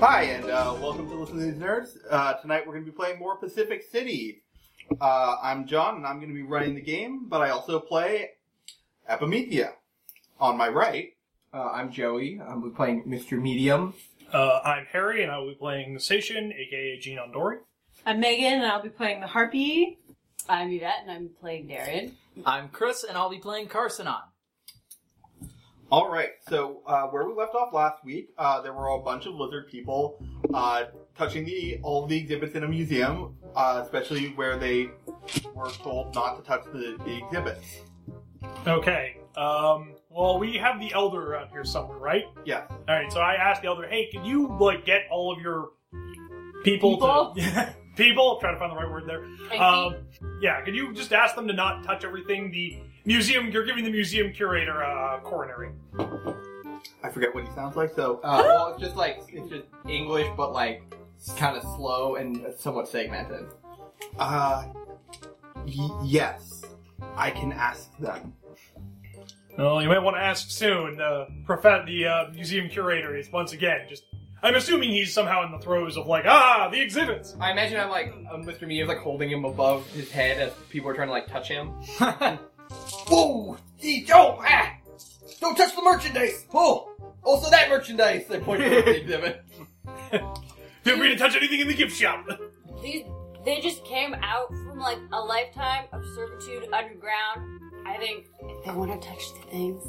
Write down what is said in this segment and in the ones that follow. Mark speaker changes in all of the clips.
Speaker 1: Hi, and uh, welcome to Listen to These Nerds. Uh, tonight we're going to be playing more Pacific City. Uh, I'm John, and I'm going to be running the game, but I also play Epimethea. On my right,
Speaker 2: Uh, I'm Joey. I'm playing Mr. Medium.
Speaker 3: Uh, I'm Harry, and I will be playing Station, aka Gene Ondori.
Speaker 4: I'm Megan, and I'll be playing the harpy. I'm Yvette, and I'm playing Darren.
Speaker 5: I'm Chris, and I'll be playing Carsonon.
Speaker 1: All right. So uh, where we left off last week, uh, there were a bunch of lizard people uh, touching the all the exhibits in a museum, uh, especially where they were told not to touch the, the exhibits.
Speaker 3: Okay. Um, well, we have the Elder around here somewhere, right?
Speaker 1: Yeah.
Speaker 3: All right. So I asked the Elder, "Hey, can you like get all of your people, to people? Try to find the right word there. Um, yeah. Could you just ask them to not touch everything? The museum. You're giving the museum curator a coronary.
Speaker 1: I forget what he sounds like. So
Speaker 2: Uh, well, it's just like it's just English, but like kind of slow and somewhat segmented.
Speaker 1: uh, y- yes, I can ask them.
Speaker 3: Well, you might want to ask soon. Uh, prof- the uh, museum curator is once again just. I'm assuming he's somehow in the throes of like, ah, the exhibits.
Speaker 2: I imagine I'm like uh, Mr. Medium's like holding him above his head as people are trying to like touch him.
Speaker 1: Whoa! Gee, Joe!
Speaker 2: oh,
Speaker 1: Ah! Don't touch the merchandise! Oh! Also that merchandise! They point
Speaker 2: at the exhibit.
Speaker 3: Feel free to touch anything in the gift shop.
Speaker 6: These they just came out from like a lifetime of servitude underground. I think they want to touch the things.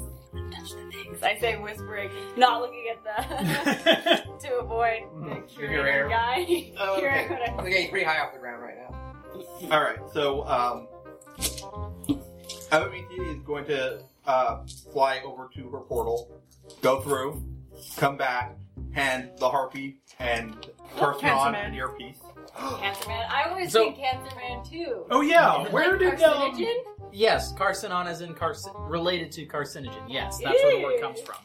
Speaker 6: Touch the things. I say whispering, not looking at the to avoid the
Speaker 2: rare.
Speaker 6: curator guy.
Speaker 1: Oh, okay.
Speaker 6: Curator.
Speaker 2: He's getting pretty high off the ground right now.
Speaker 1: All right, so um, Abamiti is going to uh, fly over to her portal, go through, come back, hand the harpy and person
Speaker 4: Cancer
Speaker 1: on
Speaker 4: Man.
Speaker 1: an earpiece.
Speaker 6: Cancer man. I always
Speaker 5: So-
Speaker 6: think cancer man too.
Speaker 3: Oh yeah, where
Speaker 6: Like
Speaker 3: did um,
Speaker 6: carcinogen?
Speaker 5: Yes, Carsonon is in carcin- related to carcinogen. Yes, that's where the word comes from.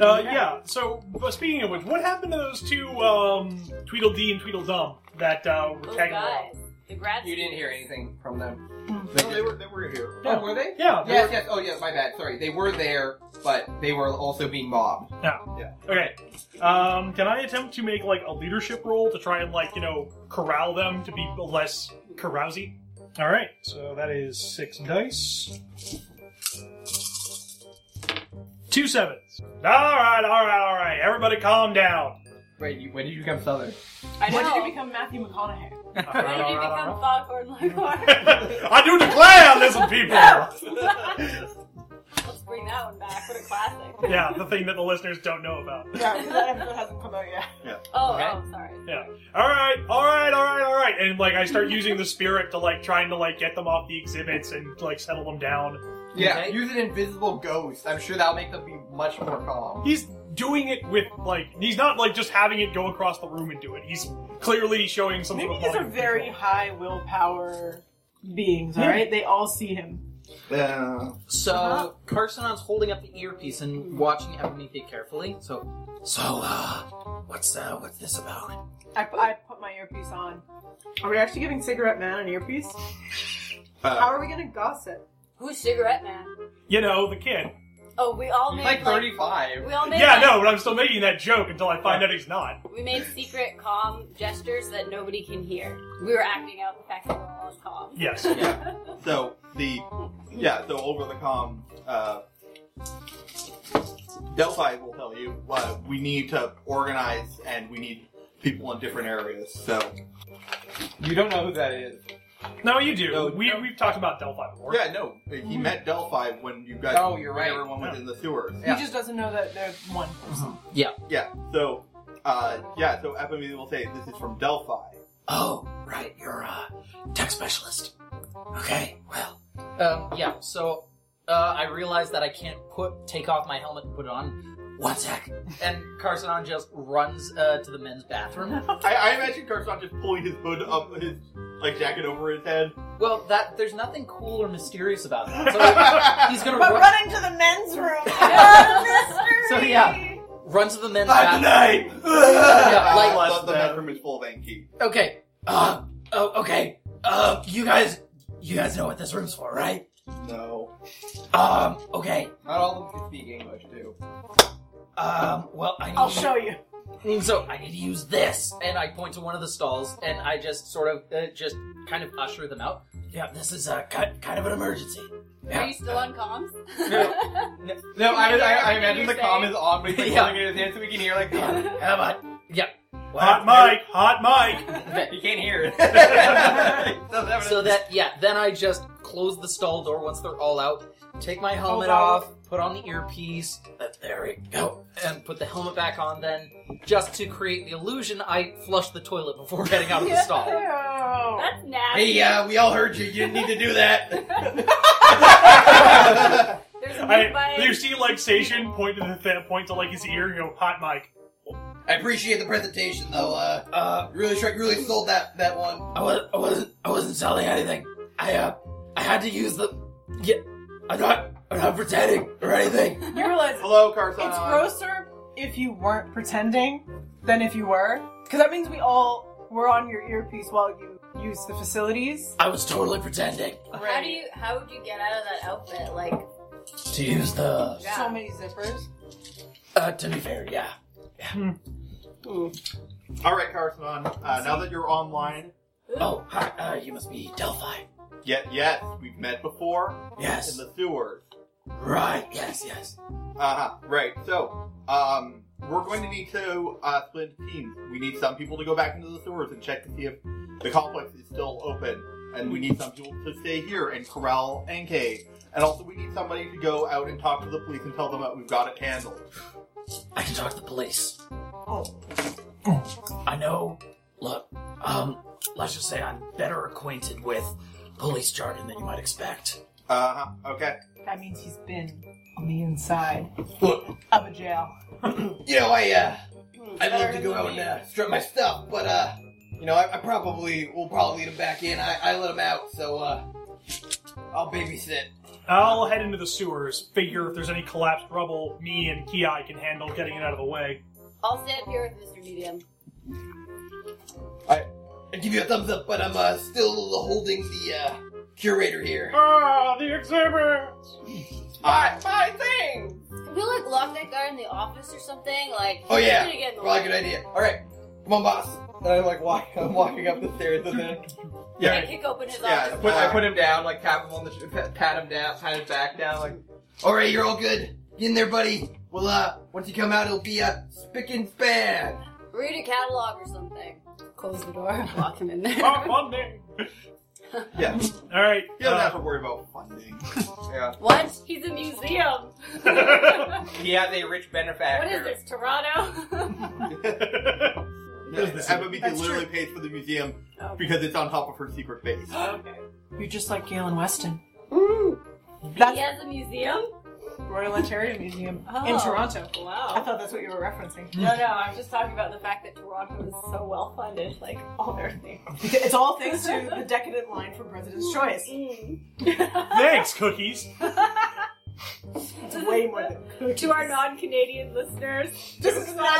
Speaker 3: uh, yeah? So but speaking of which, what happened to those two um, Tweedledee and Tweedledum that uh, were
Speaker 6: Those
Speaker 3: tagging along?
Speaker 6: guys. The grad.
Speaker 2: You didn't hear anything from them.
Speaker 1: No, they were they were here.
Speaker 2: Oh, were they?
Speaker 3: Yeah.
Speaker 2: Yes, yes. Oh, yes. My bad. Sorry. They were there, but they were also being mobbed.
Speaker 3: Okay. Um, can I attempt to make like a leadership role to try and like you know corral them to be less carousy? All right. So that is six dice. Two sevens. All right. All right. All right. Everybody, calm down.
Speaker 2: Wait, you, when did you become southern?
Speaker 6: I know.
Speaker 4: When did you become Matthew McConaughey?
Speaker 6: When did you become Foghorn Leghorn?
Speaker 3: I do declare, listen, people.
Speaker 6: Let's bring that one back. What a classic.
Speaker 3: Yeah, the thing that the listeners don't know about.
Speaker 4: Yeah, that episode hasn't come out yet.
Speaker 6: Oh,
Speaker 5: Okay.
Speaker 6: oh, sorry.
Speaker 3: All right, all right, all right, all right, and like I start using the spirit to like trying to like get them off the exhibits and like settle them down.
Speaker 2: Yeah,
Speaker 5: Okay.
Speaker 2: use an invisible ghost. I'm sure that'll make them be much more calm.
Speaker 3: He's doing it with like he's not like just having it go across the room and do it. He's clearly showing some
Speaker 4: Maybe
Speaker 3: sort of.
Speaker 4: these are
Speaker 3: volume
Speaker 4: very
Speaker 3: control.
Speaker 4: high willpower beings, all right? They all see him.
Speaker 1: Uh,
Speaker 5: So Carsonon's holding up the earpiece and watching Epimetheus carefully. So, so uh, what's uh, what's this about?
Speaker 4: I, I put my earpiece on. Are we actually giving Cigarette Man an earpiece? How
Speaker 1: uh,
Speaker 4: are we gonna gossip?
Speaker 6: Who's Cigarette Man?
Speaker 3: You know the kid.
Speaker 6: Oh, we all made
Speaker 2: He's like
Speaker 6: like,
Speaker 2: 35.
Speaker 6: we all made
Speaker 3: Yeah,
Speaker 6: like,
Speaker 3: no, but I'm still making that joke until I find out he's not.
Speaker 6: We made secret calm gestures that nobody can hear. We were acting out the fact that we're all calm.
Speaker 3: Yes.
Speaker 1: so the yeah, so over the comm, uh, Delphi will tell you uh, we need to organize and we need people in different areas. So
Speaker 2: You don't know who that is.
Speaker 3: No, you do.
Speaker 1: No,
Speaker 3: we
Speaker 1: no.
Speaker 3: we've talked about Delphi before.
Speaker 1: yeah, no, he met Delphi when you guys.
Speaker 2: Oh, you're
Speaker 1: when
Speaker 2: right.
Speaker 1: Everyone was in the sewers.
Speaker 2: Yeah.
Speaker 4: He just doesn't know that they're one person.
Speaker 7: Mm-hmm.
Speaker 1: Yeah. So, uh, yeah. So Epimetheus will say this is from Delphi.
Speaker 5: Oh, right, you're a tech specialist. Okay, well, um, yeah. So, uh, I realize that I can't put take off my helmet and put it on. One sec. And Carsonon just runs uh, to the men's bathroom.
Speaker 1: I, I imagine Carson just pulling his hood up, his like jacket over his head.
Speaker 5: Well, that there's nothing cool or mysterious about that. So he's gonna
Speaker 4: But
Speaker 5: run,
Speaker 4: running to the men's room!
Speaker 5: So, yeah. run to the men's
Speaker 1: Not
Speaker 5: bathroom.
Speaker 1: tonight.
Speaker 5: Yeah, like-
Speaker 1: Plus, the bedroom is full of Anki.
Speaker 5: Okay. Uh, oh, okay. Uh, you guys, you guys know what this room's for, right?
Speaker 2: No.
Speaker 5: Um, okay.
Speaker 2: Not all of them can speak English, too.
Speaker 5: Um, well, I need
Speaker 4: I'll show you.
Speaker 7: And so I need to use this, and I point to one of the stalls, and I just sort of uh, just kind of usher them out. Yeah, this is a kind, kind of an emergency.
Speaker 6: Are
Speaker 7: Yeah.
Speaker 6: you still on comms?
Speaker 2: No, I, I, I
Speaker 6: Everything
Speaker 2: imagine the
Speaker 6: you're
Speaker 2: comm is on, but he's like
Speaker 7: Yeah.
Speaker 2: holding it in his hand so we can hear like
Speaker 7: How about? Yeah.
Speaker 3: Hot Mike, hot Mike.
Speaker 2: he can't hear it. Doesn't have
Speaker 7: So
Speaker 2: enough-
Speaker 7: that yeah, then I just close the stall door once they're all out, take my helmet
Speaker 4: wow.
Speaker 7: off, put on the earpiece. uh, There we go, and put the helmet back on. Then, just to create the illusion, I flush the toilet before getting out of the stall.
Speaker 4: Oh.
Speaker 6: That's nasty.
Speaker 2: Hey, uh, we all heard you. You didn't need to do
Speaker 6: that.
Speaker 2: that.
Speaker 6: There's a big
Speaker 3: I, you
Speaker 6: bite.
Speaker 3: see, like Station point to the th- point to like his ear and go, "Hot Mike."
Speaker 2: I appreciate the presentation, though. Uh, uh, really, sure- really sold that that one.
Speaker 7: I was I wasn't I wasn't selling anything. I uh I had to use the yeah. I'm not I'm not pretending or anything.
Speaker 4: You realize
Speaker 1: Hello, Carson.
Speaker 4: it's grosser if you weren't pretending than if you were, because that means we all were on your earpiece while you used the facilities.
Speaker 7: I was totally pretending
Speaker 6: How do you? How would you get out of that outfit? Like, hmm,
Speaker 7: to use the
Speaker 6: yeah.
Speaker 4: So many zippers.
Speaker 7: uh to be fair, yeah.
Speaker 1: All right, Carson. Uh, now that you're online,
Speaker 7: Oh, hi, uh, you must be Delphi.
Speaker 1: yet yes, we've met before in
Speaker 7: Yes.
Speaker 1: the sewers.
Speaker 7: Right. Yes, yes.
Speaker 1: Uh-huh. Right. So, um, we're going to need to uh, split teams. We need some people to go back into the sewers and check to see if the complex is still open, and we need some people to stay here and corral Enkei. And also, we need somebody to go out and talk to the police and tell them that we've got it handled.
Speaker 7: I can talk to the police. I know. Look, um, let's just say I'm better acquainted with police jargon than you might expect.
Speaker 1: Uh huh. Okay.
Speaker 4: That means he's been on the inside
Speaker 2: Look,
Speaker 4: of a jail.
Speaker 2: you know, I uh, I'd love to go out and uh, strip my stuff, but uh, you know, I, I probably will probably lead him back in. I, I let him out, so uh, I'll babysit.
Speaker 3: I'll head into the sewers. Figure if there's any collapsed rubble, me and Kiai can handle getting it out of the way.
Speaker 6: I'll stay up here with Mr. Medium.
Speaker 2: I give you a thumbs up, but I'm uh, still holding the uh, curator here.
Speaker 3: Ah,
Speaker 4: Oh, the exhibit!
Speaker 2: I,
Speaker 4: My thing!
Speaker 6: Can we like lock that guy in the office or something? Like,
Speaker 2: Oh,
Speaker 6: he's
Speaker 2: yeah.
Speaker 6: gonna get in the
Speaker 2: probably a
Speaker 6: way.
Speaker 2: good idea. All right, come on, boss. And I'm like walk, I'm walking up the stairs, and then
Speaker 6: Yeah. kick open his
Speaker 1: Yeah.
Speaker 6: office.
Speaker 2: put, I put him down, like tap him on the sh- pat pat him down, pat his back down, like. All right, you're all good. Get in there, buddy. Well, uh, once you come out, it'll be a spick and span.
Speaker 6: Read a catalog or something. Close the door. Lock him in there.
Speaker 3: Hot Monday.
Speaker 1: Yeah.
Speaker 3: All right.
Speaker 1: You don't
Speaker 3: uh,
Speaker 1: have to worry about funding.
Speaker 2: Yeah.
Speaker 6: what? He's a museum.
Speaker 2: He has a rich benefactor.
Speaker 6: what is this, Toronto?
Speaker 3: Business.
Speaker 1: Abby
Speaker 4: That's
Speaker 1: literally pays for the museum
Speaker 6: Oh.
Speaker 1: because it's on top of her secret base.
Speaker 4: Okay. You're just like Galen Weston.
Speaker 6: he
Speaker 4: That's
Speaker 6: has a museum?
Speaker 4: Royal Ontario Museum in
Speaker 6: Oh.
Speaker 4: Toronto. I
Speaker 6: Wow.
Speaker 4: thought that's what you were referencing.
Speaker 6: No, no, I'm just talking about the fact that Toronto is so well funded, like all their things.
Speaker 4: It's all thanks to the decadent line from President's Choice.
Speaker 3: uh, Thanks, cookies.
Speaker 4: It's way more than cookies.
Speaker 6: to our non-Canadian listeners,
Speaker 4: This is not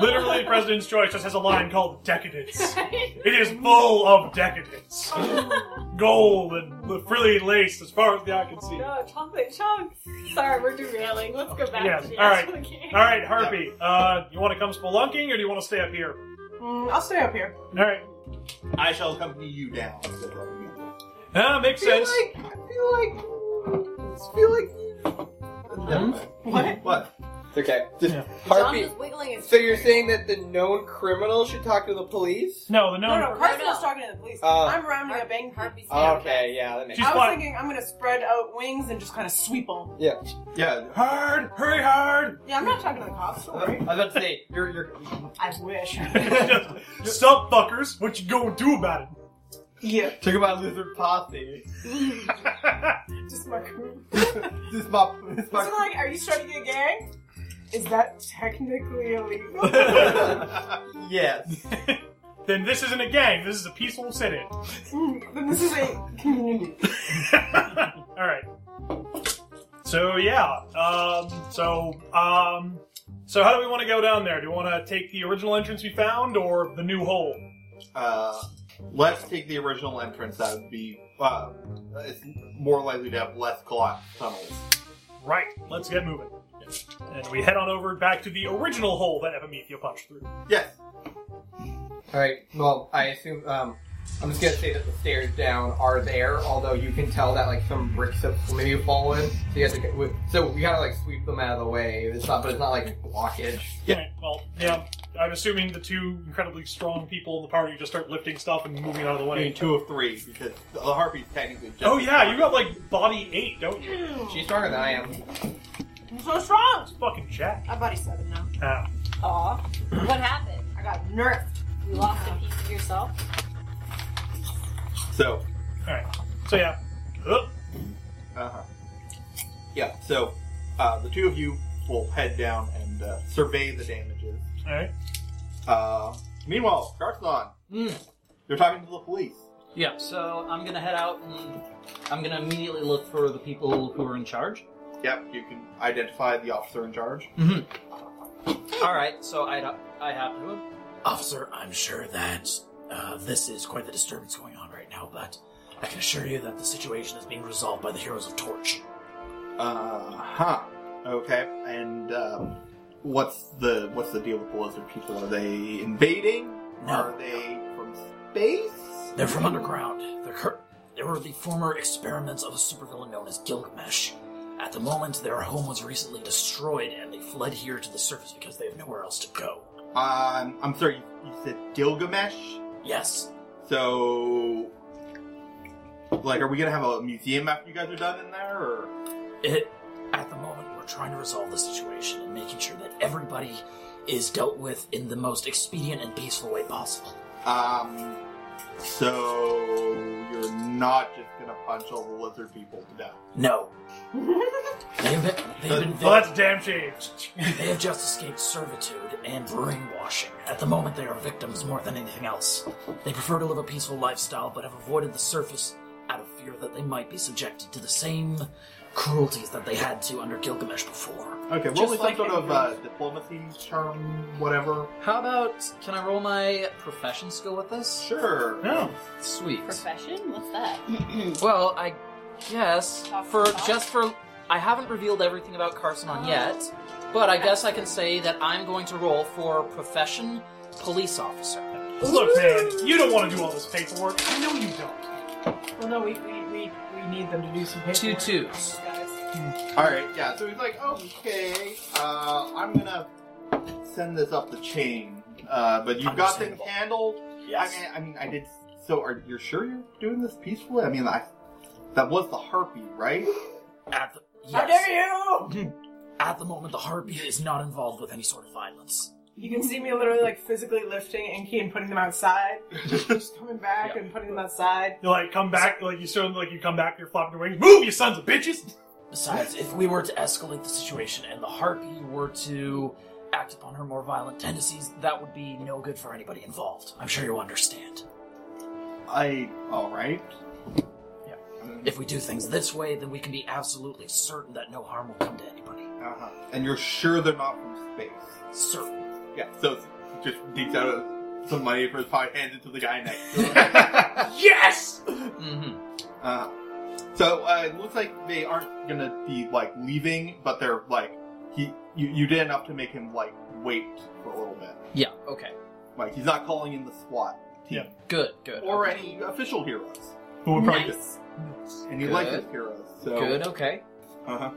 Speaker 3: Literally, President's Choice just has a line called decadence. It is full of decadence. Gold and the frilly lace, as far as the eye can see. All
Speaker 6: no chocolate chunks. Sorry, we're derailing. Let's go back
Speaker 3: Yes,
Speaker 6: to the
Speaker 3: all
Speaker 6: actual game.
Speaker 3: right, Harpy. Uh, you want to come spelunking, or do you want to stay up here?
Speaker 4: Mm, I'll stay up here.
Speaker 3: All right.
Speaker 1: I shall accompany you down.
Speaker 3: Ah, makes sense.
Speaker 4: like, I feel like, I feel like.
Speaker 2: Hmm?
Speaker 4: What?
Speaker 1: What?
Speaker 2: Mm-hmm. It's okay. Just
Speaker 3: Yeah.
Speaker 6: John's
Speaker 2: Harpy.
Speaker 6: just wiggling his
Speaker 2: So you're
Speaker 6: fingers.
Speaker 2: saying that the known criminal should talk to the police?
Speaker 3: No, the
Speaker 4: No,
Speaker 3: known.
Speaker 4: no,
Speaker 6: no.
Speaker 4: Carson's talking to the police.
Speaker 2: Oh.
Speaker 4: I'm rounding up Bang
Speaker 6: Harpy's
Speaker 2: Okay, yeah, that makes
Speaker 3: She's
Speaker 4: I was
Speaker 3: fine.
Speaker 4: thinking I'm gonna spread out wings and just kind of sweep them.
Speaker 2: Yeah.
Speaker 1: Yeah.
Speaker 3: Hard, hurry, hard.
Speaker 4: Yeah, I'm not talking to the cops. Don't worry.
Speaker 2: I was about to say, you're, you're,
Speaker 4: I wish.
Speaker 3: Just, Sup, fuckers? What you gonna do about
Speaker 4: yeah,
Speaker 2: talk about lizard posse.
Speaker 3: it?
Speaker 4: just my crew.
Speaker 2: This is my, this is
Speaker 4: It's
Speaker 2: my.
Speaker 4: like, are you starting a gang? Is that technically illegal?
Speaker 2: yes.
Speaker 3: then this isn't a gang. This is a peaceful city.
Speaker 4: Mm, then this is a community.
Speaker 3: All right. So yeah. Um, so um, so how do we want to go down there? Do we want to take the original entrance we found or the new hole?
Speaker 1: Uh, let's take the original entrance. That would be uh, it's more likely to have less collapsed tunnels.
Speaker 3: Right. Let's get moving. And we head on over back to the original hole that Epimethea punched through.
Speaker 1: Yes.
Speaker 2: All right. Well, I assume um, I'm just gonna say that the stairs down are there, although you can tell that like some bricks have maybe fallen. So you have to get, with- so we gotta like sweep them out of the way. It's not, but it's not like blockage.
Speaker 1: Yeah.
Speaker 3: Alright, well, yeah. I'm assuming the two incredibly strong people in the party just start lifting stuff and moving out of the
Speaker 1: I mean,
Speaker 3: way.
Speaker 1: two of three because the harpy's technically. Just
Speaker 3: Oh yeah, you got like body eight, don't you?
Speaker 2: She's stronger than I am.
Speaker 4: I'm so strong.
Speaker 3: It's fucking Jack.
Speaker 4: My body's seven now.
Speaker 3: Ah.
Speaker 6: Aw. What happened?
Speaker 4: I got nerfed.
Speaker 6: You lost a piece of yourself?
Speaker 1: So.
Speaker 3: So yeah. Ugh.
Speaker 1: Uh huh. Yeah. So, uh, the two of you will head down and uh, survey the damages.
Speaker 3: Alright.
Speaker 1: Uh, meanwhile, Garthon,
Speaker 5: Mm.
Speaker 1: you're talking to the police.
Speaker 5: Yeah, so I'm gonna head out and I'm gonna immediately look for the people who are in charge.
Speaker 1: Yep. You can identify the officer in charge.
Speaker 5: Alright, so I, I have to.
Speaker 7: Officer, I'm sure that uh, this is quite the disturbance going on right now, but I can assure you that the situation is being resolved by the Heroes of Torch.
Speaker 1: Uh huh. Okay. And um, what's the what's the deal with the lizard people? Are they invading?
Speaker 7: No.
Speaker 1: Are they from space?
Speaker 7: They're from underground. They're cur- they were the former experiments of a supervillain known as Gilgamesh. At the moment, their home was recently destroyed, and they fled here to the surface because they have nowhere else to go.
Speaker 1: Um, I'm sorry. You, you said Gilgamesh.
Speaker 7: Yes,
Speaker 1: So, like, are we gonna have a museum after you guys are done in there? Or
Speaker 7: it. At the moment, we're trying to resolve the situation and making sure that everybody is dealt with in the most expedient and peaceful way possible.
Speaker 1: um, so you're not just gonna punch all the lizard people to death.
Speaker 7: No. they've been, they've been
Speaker 3: Well that's a damn shame.
Speaker 7: They have just escaped servitude and brainwashing. At the moment, they are victims more than anything else. They prefer to live a peaceful lifestyle, but have avoided the surface out of fear that they might be subjected to the same cruelties that they had to under Gilgamesh before.
Speaker 1: Okay, roll
Speaker 5: Just
Speaker 1: me some
Speaker 5: like
Speaker 1: sort of
Speaker 5: anything
Speaker 1: uh, diplomacy charm, whatever.
Speaker 5: How about can I roll my profession skill with this?
Speaker 1: Sure.
Speaker 3: No.
Speaker 5: Sweet.
Speaker 6: Profession? What's that?
Speaker 5: Well, I guess
Speaker 6: Top
Speaker 5: for
Speaker 6: top?
Speaker 5: just for I haven't revealed everything about Carson on yet, but I guess I can say that I'm going to roll for profession police officer.
Speaker 3: Look, man, you don't want to do all this paperwork. I know you don't.
Speaker 4: Well, no, we, we, we, we need them to do some paperwork.
Speaker 5: Two twos.
Speaker 4: Guys.
Speaker 1: All right, yeah. So he's like, okay, uh, I'm gonna send this up the chain, uh, but you've got things
Speaker 7: Understandable.
Speaker 1: handled. I mean, I mean, I did. So, are you sure you're doing this peacefully? I mean, I that was the harpy, right?
Speaker 7: At the,
Speaker 4: How
Speaker 7: yes,
Speaker 4: dare you!
Speaker 7: at the moment, the harpy is not involved with any sort of violence.
Speaker 4: You can see me literally like physically lifting Inky and putting them outside. Just coming back and putting them outside.
Speaker 3: You like come back, like you sound like you come back, you're flopping your wings. Move, you sons of bitches!
Speaker 7: Besides, if we were to escalate the situation and the harpy were to act upon her more violent tendencies, that would be no good for anybody involved. I'm sure you understand.
Speaker 1: I all right.
Speaker 7: If we do things this way, then we can be absolutely certain that no harm will come to anybody.
Speaker 1: Uh huh. And you're sure they're not from space?
Speaker 7: Certain.
Speaker 1: Yeah. So he just digs out of some money from his pocket, hands it to the guy next. to him.
Speaker 3: Yes!
Speaker 5: Mm-hmm.
Speaker 1: Uh, so uh, it looks like they aren't gonna be like leaving, but they're like he you, you did enough to make him like wait for a little bit.
Speaker 5: Yeah. Okay.
Speaker 1: Like he's not calling in the SWAT team
Speaker 5: Good. Good.
Speaker 1: or
Speaker 5: okay.
Speaker 1: any official heroes,
Speaker 3: Who would probably
Speaker 6: Nice.
Speaker 1: and he likes
Speaker 5: Good.
Speaker 1: his heroes. So
Speaker 5: Good. Okay.
Speaker 1: Uh-huh.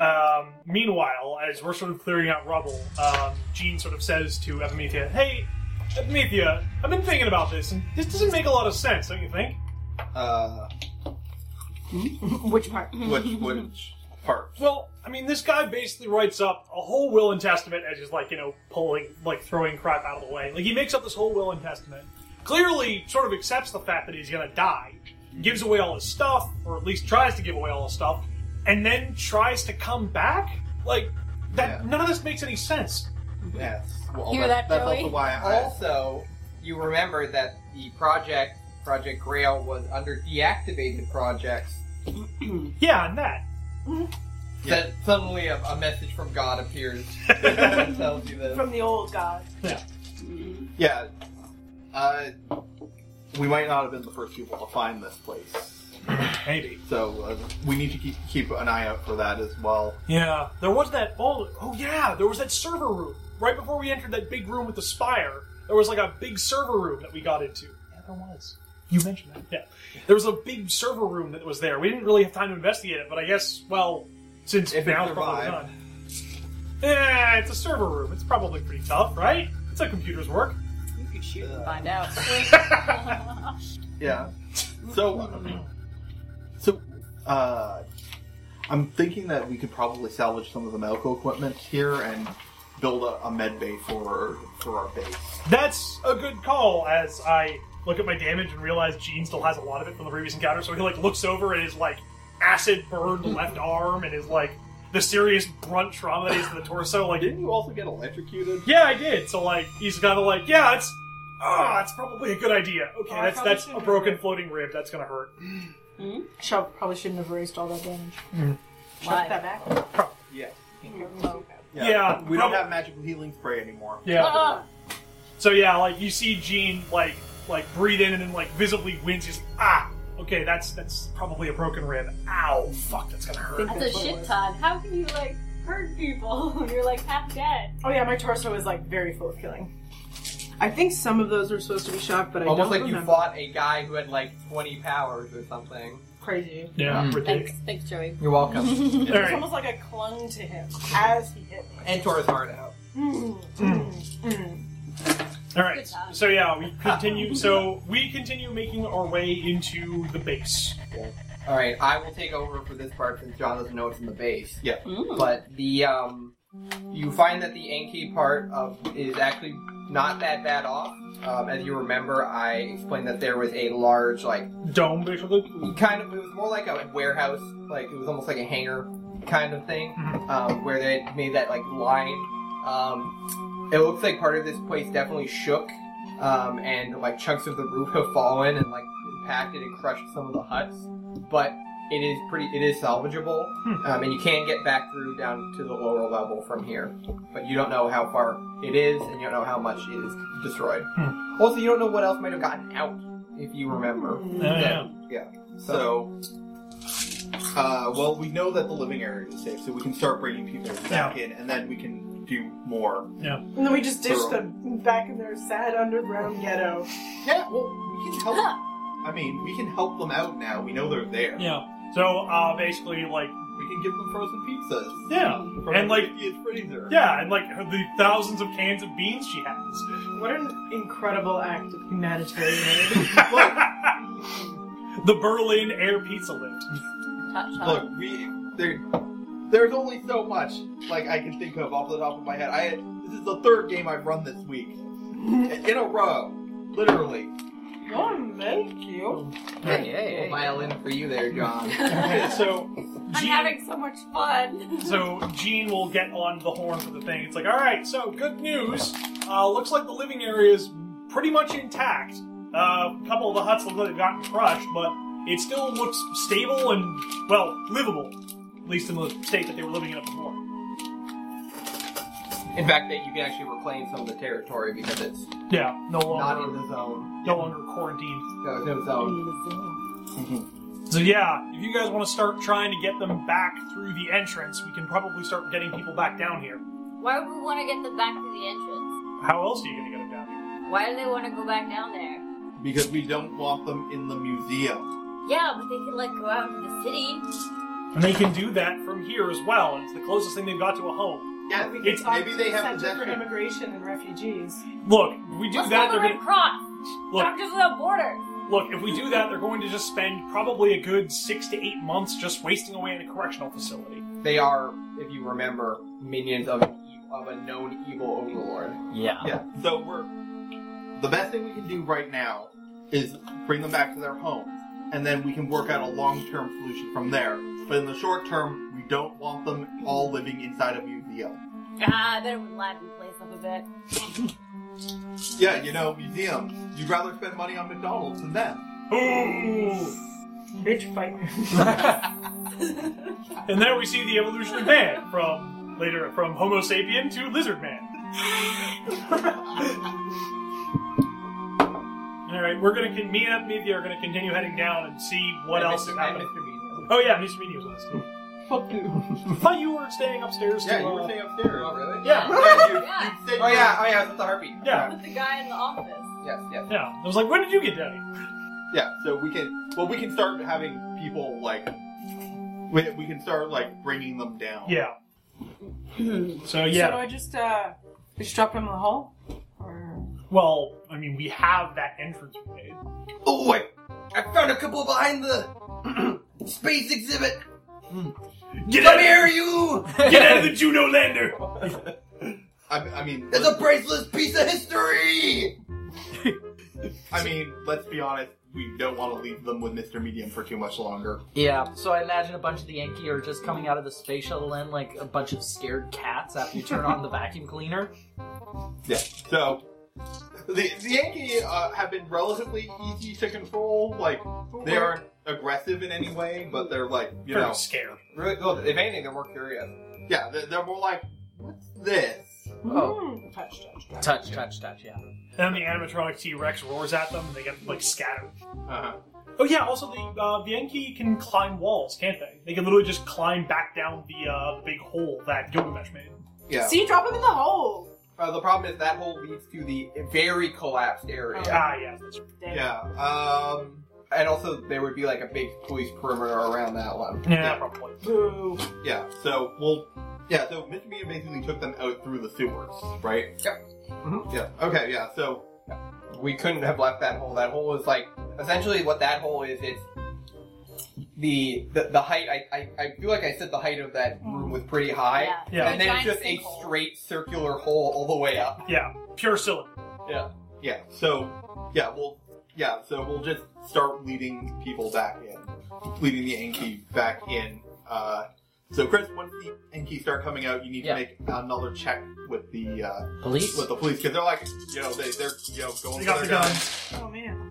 Speaker 3: Um, meanwhile, as we're sort of clearing out rubble, um, Jean sort of says to Epimethea, Hey, Epimethea, I've been thinking about this, and this doesn't make a lot of sense, don't you think?
Speaker 1: Uh,
Speaker 4: Which part?
Speaker 1: which which part?
Speaker 3: Well, I mean, this guy basically writes up a whole will and testament as he's like, you know, pulling, like throwing crap out of the way. Like, he makes up this whole will and testament, clearly sort of accepts the fact that he's gonna die, gives away all his stuff, or at least tries to give away all his stuff, and then tries to come back? Like, that,
Speaker 1: Yeah.
Speaker 3: none of this makes any sense.
Speaker 1: Yes. Well,
Speaker 6: Hear that,
Speaker 1: that's
Speaker 6: Joey?
Speaker 1: also why I,
Speaker 2: Also, you remember that the project Project Grail was under deactivated projects.
Speaker 3: Yeah, and that.
Speaker 2: That suddenly a, a message from God appears and tells you this.
Speaker 4: From the old god.
Speaker 1: yeah. Uh, we might not have been the first people to find this place.
Speaker 3: Maybe.
Speaker 1: So uh, we need to keep, keep an eye out for that as well.
Speaker 3: Yeah, there was that. Oh, oh yeah, there was that server room right before we entered that big room with the spire. There was like a big server room that we got into. Yeah, there was. You mentioned that. Yeah, there was a big server room that was there. We didn't really have time to investigate it, but I guess well, since
Speaker 1: If it
Speaker 3: now it's probably
Speaker 1: survived.
Speaker 3: done. Yeah, it's a server room. It's probably pretty tough, right? It's how computers work.
Speaker 6: You could shoot and find out.
Speaker 1: Yeah. So, um, so uh, I'm thinking that we could probably salvage some of the medical equipment here and build a, a med bay for for our base.
Speaker 3: That's a good call. As I look at my damage and realize Gene still has a lot of it from the previous encounter, so he like looks over at his like acid burned left arm and his like the serious brunt trauma that is to the torso. Like,
Speaker 1: Didn't you also get electrocuted?
Speaker 3: yeah, I did. So like he's kind of like, yeah, it's ah, it's probably a good idea. Okay,
Speaker 4: Oh, I
Speaker 3: that's
Speaker 4: probably
Speaker 5: shouldn't
Speaker 3: that's a
Speaker 5: have
Speaker 3: broken floating rib. That's gonna hurt.
Speaker 4: Shall, probably shouldn't have raised all that damage.
Speaker 2: Mm.
Speaker 4: Chuck
Speaker 6: Why?
Speaker 4: that back.
Speaker 1: Yeah.
Speaker 4: Oh.
Speaker 3: Yeah,
Speaker 1: we don't
Speaker 3: prob-
Speaker 1: have magical healing spray anymore.
Speaker 3: Yeah.
Speaker 4: Uh-uh.
Speaker 6: Ah,
Speaker 3: So yeah, like you see Gene like like breathe in and then like visibly wince. He's like, ah, okay, that's that's probably a broken rib. Ow, fuck, that's gonna hurt.
Speaker 6: that's a shit ton. How can you like hurt people when you're like half dead?
Speaker 4: Oh yeah, my torso is like very full of killing. I think some of those were supposed to be shocked, but I
Speaker 2: Almost
Speaker 4: don't
Speaker 2: like you
Speaker 4: remember.
Speaker 2: fought a guy who had like 20 powers or something.
Speaker 4: crazy.
Speaker 3: Yeah,
Speaker 5: Mm.
Speaker 6: Thanks,
Speaker 3: ridiculous.
Speaker 6: thanks, Joey.
Speaker 2: You're welcome.
Speaker 3: All
Speaker 4: It's
Speaker 3: right.
Speaker 4: almost like I clung to him as he hit me.
Speaker 2: and tore his heart out.
Speaker 4: Mm, mm, mm.
Speaker 3: All right.
Speaker 6: Good time.
Speaker 3: So yeah, we continue. So we continue making our way into the base.
Speaker 2: All right, I will take over for this part since John doesn't know what's in the base.
Speaker 6: Mm.
Speaker 2: But the um, you find that the Enki part of is actually not that bad off. Um, as you remember, I explained that there was a large like
Speaker 3: Dome, basically.
Speaker 2: kind of it was more like a warehouse, like it was almost like a hangar kind of thing,
Speaker 3: Mm-hmm.
Speaker 2: um, where they made that like line. Um, it looks like part of this place definitely shook, um, and like chunks of the roof have fallen and like impacted and crushed some of the huts, but. It is pretty. It is salvageable,
Speaker 3: Hmm.
Speaker 2: um, and you can get back through down to the lower level from here. But you don't know how far it is, and you don't know how much it is destroyed.
Speaker 3: Hmm.
Speaker 2: Also, you don't know what else might have gotten out, if you remember.
Speaker 3: Oh, yeah.
Speaker 1: So, uh, well, we know that the living area is safe, so we can start bringing people back in, and then we can do more.
Speaker 4: And then we just ditched them back in their sad underground ghetto.
Speaker 1: Yeah, well, we can help. I mean, we can help them out now. We know they're there.
Speaker 3: Yeah. So uh, basically, like
Speaker 1: We can give them frozen pizzas.
Speaker 3: yeah,
Speaker 1: From
Speaker 3: And, like-
Speaker 1: Olivia's freezer.
Speaker 3: yeah, and like the thousands of cans of beans she has.
Speaker 4: What an incredible act of humanitarian aid.
Speaker 3: the Berlin Air Pizza Lift.
Speaker 6: Touch, touch.
Speaker 1: Look, we there. There's only so much like I can think of off the top of my head. I this is the third game I've run this week in a row, literally.
Speaker 4: You're make you.
Speaker 2: Hey, hey, violin for you there, John.
Speaker 3: Okay, so
Speaker 6: I'm
Speaker 3: Gene-
Speaker 6: having so much fun.
Speaker 3: So Gene will get on the horn for the thing. It's like, all right, so good news. Uh, looks like the living area is pretty much intact. Uh, a couple of the huts look like they've gotten crushed, but it still looks stable and well livable, at least in the state that they were living in before.
Speaker 2: in fact, that you can actually reclaim some of the territory because it's
Speaker 3: Yeah, no
Speaker 2: not
Speaker 3: longer
Speaker 2: in the zone.
Speaker 3: no longer quarantined.
Speaker 2: No, it's no zone.
Speaker 3: So yeah, if you guys want to start trying to get them back through the entrance, we can probably start getting people back down here.
Speaker 6: Why would we want to get them back to the entrance?
Speaker 3: How else are you going to get them down here?
Speaker 6: Why do they want to go back down there?
Speaker 1: Because we don't want them in the museum.
Speaker 6: Yeah, but they could like go out to the city.
Speaker 3: And they can do that from here as well. It's the closest thing they've got to a home.
Speaker 1: Yeah,
Speaker 4: We
Speaker 1: it's,
Speaker 4: could talk
Speaker 1: maybe they
Speaker 4: to the
Speaker 1: have
Speaker 4: Center for
Speaker 1: possession.
Speaker 4: Immigration and Refugees.
Speaker 3: Look, if we do
Speaker 6: Let's
Speaker 3: that,
Speaker 6: go to the
Speaker 3: they're
Speaker 6: Red
Speaker 3: gonna
Speaker 6: Cross.
Speaker 3: look.
Speaker 6: Doctors Without Borders.
Speaker 3: Look, if we do that, they're going to just spend probably a good six to eight months just wasting away in a correctional facility.
Speaker 2: They are, if you remember, minions of an ev- of a known evil overlord.
Speaker 5: Yeah.
Speaker 1: Yeah, so we're the best thing we can do right now is bring them back to their homes, and then we can work out a long-term solution from there. But in the short term, we don't want them all living inside a museum.
Speaker 6: Ah, I bet it would liven the place up a bit.
Speaker 1: Yeah, you know, museums. You'd rather spend money on McDonald's than them.
Speaker 3: Ooh!
Speaker 4: Bitch fight.
Speaker 3: And there we see the evolution of man from later from Homo sapien to lizard man. All All right, we're gonna con- me and Mithya are gonna continue heading down and see what
Speaker 2: And
Speaker 3: else
Speaker 2: Mr.
Speaker 3: is
Speaker 2: and
Speaker 3: happening.
Speaker 2: Mr. Bean.
Speaker 3: Oh yeah, Mr. Meany was last.
Speaker 2: Fuck you.
Speaker 3: I thought you were staying upstairs.
Speaker 1: Yeah,
Speaker 3: to,
Speaker 1: you were
Speaker 3: uh,
Speaker 1: staying upstairs.
Speaker 2: Oh, really?
Speaker 3: Yeah,
Speaker 1: Yeah, you,
Speaker 6: Yeah.
Speaker 1: you said
Speaker 2: Oh, yeah, oh, yeah, it was with the heartbeat.
Speaker 3: Yeah.
Speaker 6: With the guy in the office.
Speaker 2: Yes, yes.
Speaker 3: yeah. I was like, when did you get down here?
Speaker 1: Yeah, so we can. Well, we can start having people like. We, we can start like bringing them down.
Speaker 3: Yeah. so
Speaker 4: So do
Speaker 3: yeah.
Speaker 4: I just uh, just drop him in the hole? Or
Speaker 3: Well, I mean, we have that entrance we made.
Speaker 2: Oh, I, I found a couple behind the space exhibit.
Speaker 3: Hmm. Get
Speaker 2: Come here, you!
Speaker 3: Get out of the Juno lander.
Speaker 1: I, I mean,
Speaker 2: It's a priceless piece of history!
Speaker 1: I mean, let's be honest. We don't want to leave them with Mr. Medium for too much longer.
Speaker 5: Yeah, so I imagine a bunch of the Yankee are just coming out of the space shuttle in like a bunch of scared cats after you turn on the vacuum cleaner.
Speaker 1: Yeah. So the the Yankee uh, have been relatively easy to control. Like they aren't aggressive in any way, but they're like you
Speaker 3: Very
Speaker 1: know,
Speaker 3: scared.
Speaker 2: Really? Well, if anything, they're more curious.
Speaker 1: yeah, they're, they're more like what's this?
Speaker 5: Oh.
Speaker 4: Mm, touch, touch, touch.
Speaker 5: Touch, touch, touch. Yeah.
Speaker 3: And then the animatronic T Rex roars at them, and they get like scattered.
Speaker 1: Uh-huh.
Speaker 3: Oh yeah. Also, the uh, the Yankee can climb walls, can't they? They can literally just climb back down the uh, the big hole that Gilgamesh made.
Speaker 1: Yeah.
Speaker 4: See, drop him in the hole.
Speaker 2: Uh, the problem is that hole leads to the very collapsed area.
Speaker 4: Oh.
Speaker 3: Ah, yes. That's right.
Speaker 4: Damn.
Speaker 1: Yeah. Um.
Speaker 2: And also, there would be like a big police perimeter around that one.
Speaker 3: Yeah, probably.
Speaker 4: Boo.
Speaker 1: Yeah. So we'll. Yeah. So Mr. Medium basically took them out through the sewers, right? Mm-hmm.
Speaker 2: Yep. Mhm.
Speaker 1: Yeah. Okay. Yeah. So
Speaker 2: We couldn't have left that hole. That hole is like essentially what that hole is. It's the the, the height. I, I I feel like I said the height of that room was pretty high,
Speaker 6: Yeah.
Speaker 3: Yeah.
Speaker 2: and then it's
Speaker 6: Giant
Speaker 2: just a
Speaker 6: sinkhole.
Speaker 2: straight circular hole all the way up.
Speaker 3: Yeah. Pure silicon.
Speaker 1: yeah. So yeah. We'll. Yeah. So we'll just start leading people back in, leading the Enki back in. Uh, so Chris, once the Enki start coming out, you need
Speaker 5: Yeah.
Speaker 1: to make another check with the uh,
Speaker 5: Police.
Speaker 1: with the police because they're like, you know, they they're you know going
Speaker 3: They
Speaker 1: for
Speaker 3: got
Speaker 1: their
Speaker 3: the gun.
Speaker 4: Oh man.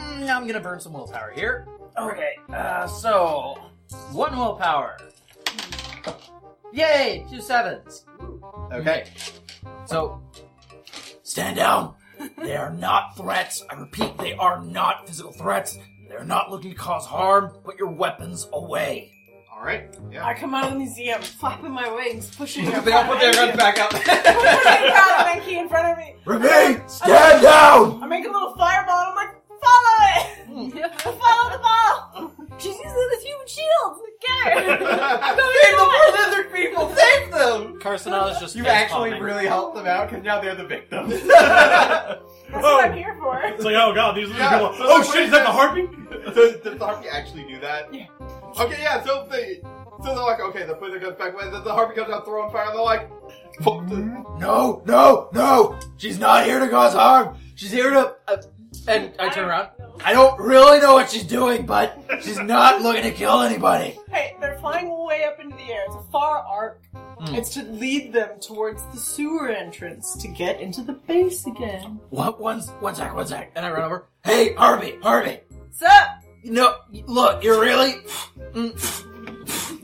Speaker 5: Mm, I'm gonna burn some willpower here. Okay. Uh, so one willpower. Yay! Two sevens.
Speaker 1: Okay.
Speaker 5: So
Speaker 7: Stand down. They are not threats. I repeat, they are not physical threats. They're not looking to cause harm. Put your weapons away.
Speaker 1: All right.
Speaker 4: I
Speaker 1: Yeah.
Speaker 4: come out of the museum, flapping my wings, pushing him.
Speaker 2: they all put their guns back out.
Speaker 4: Pushing Proud Nike in front of me.
Speaker 7: Remain! Stand down!
Speaker 4: I make a little fireball. I'm like, follow it.
Speaker 6: Follow the ball! She's using this human shield! Get her!
Speaker 2: Save the poor lizard people! Save them!
Speaker 5: Carcinal is just.
Speaker 2: You
Speaker 5: fist
Speaker 2: actually
Speaker 5: pumping.
Speaker 2: really helped them out because now they're the victims.
Speaker 4: That's
Speaker 3: Oh.
Speaker 4: what I'm here for.
Speaker 3: It's like, oh god, these are
Speaker 1: Yeah,
Speaker 3: people.
Speaker 1: so
Speaker 3: Oh
Speaker 1: that's
Speaker 3: shit, is that the harpy?
Speaker 1: so does the harpy actually do that? Yeah. Okay, yeah. So they, so they're like, okay, the putting their guns back. When the, the harpy comes out throwing fire, they're like, fuck the-
Speaker 3: Mm-hmm.
Speaker 7: No, no, no! She's not here to cause harm! She's here to. Uh,
Speaker 5: And I turn around.
Speaker 7: I don't really know what she's doing, but she's not looking to kill anybody.
Speaker 4: Hey, they're flying way up into the air. It's a far arc. It's to lead them towards the sewer entrance to get into the base again.
Speaker 7: What? One, one sec, one sec. And I run over. Hey, Harvey, Harvey!
Speaker 4: Sup?
Speaker 7: No, look, you're really.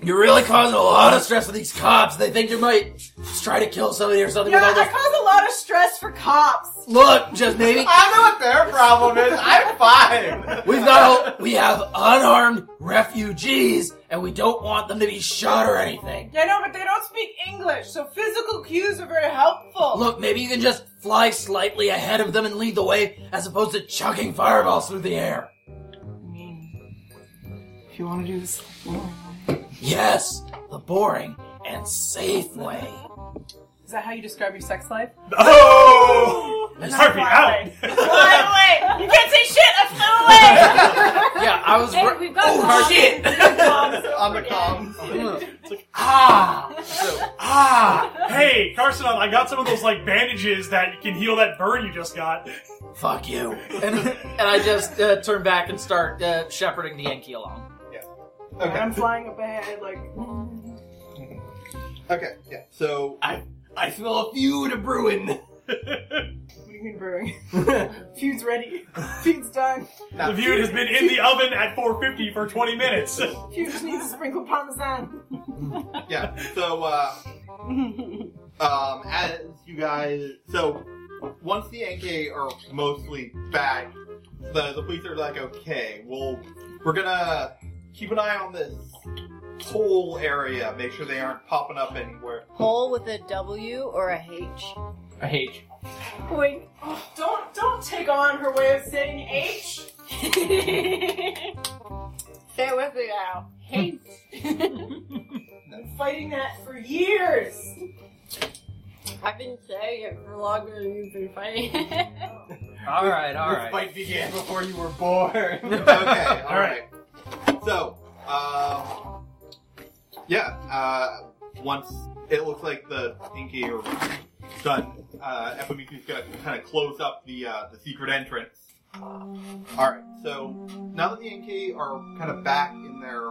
Speaker 7: You're really causing a lot of stress with these cops. They think you might try to kill somebody or something
Speaker 4: Yeah,
Speaker 7: with all
Speaker 4: I
Speaker 7: this.
Speaker 4: cause a lot of stress for cops.
Speaker 7: Look, just maybe.
Speaker 1: I know what their problem is. I'm fine.
Speaker 7: We've got a, we have unarmed refugees, and we don't want them to be shot or anything.
Speaker 4: Yeah, no, but they don't speak English, so physical cues are very helpful.
Speaker 7: Look, maybe you can just fly slightly ahead of them and lead the way, as opposed to chucking fireballs through the air.
Speaker 4: I mean, if you want to do this,
Speaker 7: Yes, the boring and safe way.
Speaker 4: is that how you describe your sex life?
Speaker 3: Oh!
Speaker 7: Miss
Speaker 3: Harpy,
Speaker 4: Fly
Speaker 3: out!
Speaker 4: away! You can't say shit. I flew away.
Speaker 7: Yeah, I was.
Speaker 6: Hey,
Speaker 7: re-
Speaker 6: we've got
Speaker 7: oh
Speaker 6: cops.
Speaker 7: shit!
Speaker 1: On the comms.
Speaker 7: ah, ah!
Speaker 3: hey, Carson, I got some of those, like, bandages that can heal that burn you just got.
Speaker 7: Fuck you.
Speaker 5: and, and I just uh, turn back and start uh, shepherding the Yankee along.
Speaker 4: And
Speaker 1: Okay.
Speaker 4: I'm flying up ahead, like.
Speaker 1: Okay. Yeah. So
Speaker 7: I smell a feud a brewing.
Speaker 4: What do you mean brewing? Feud's ready. Feud's done.
Speaker 3: The feud has been in the oven at 450 for 20 minutes.
Speaker 4: Feud just needs to sprinkle parmesan.
Speaker 1: yeah. So uh, um, as you guys, so once the NK are mostly back, the, the police are like, okay, well, we're gonna keep an eye on this whole area, make sure they aren't popping up anywhere.
Speaker 6: Hole with a W or a H?
Speaker 2: I hate you.
Speaker 6: Wait.
Speaker 4: Don't don't take on her way of saying H.
Speaker 6: Say it with me now. H.
Speaker 4: I've been fighting that for years.
Speaker 6: I've been saying it for longer than you've been fighting it.
Speaker 5: All right, all
Speaker 1: This
Speaker 5: right.
Speaker 1: fight began.
Speaker 2: Before you were born.
Speaker 1: okay, all
Speaker 3: All
Speaker 1: right.
Speaker 3: right.
Speaker 1: So, um, yeah, uh, once it looks like the Inky are done, uh, Epimetheus gonna kind of close up the uh, the secret entrance. All right, so now that the Inky are kind of back in their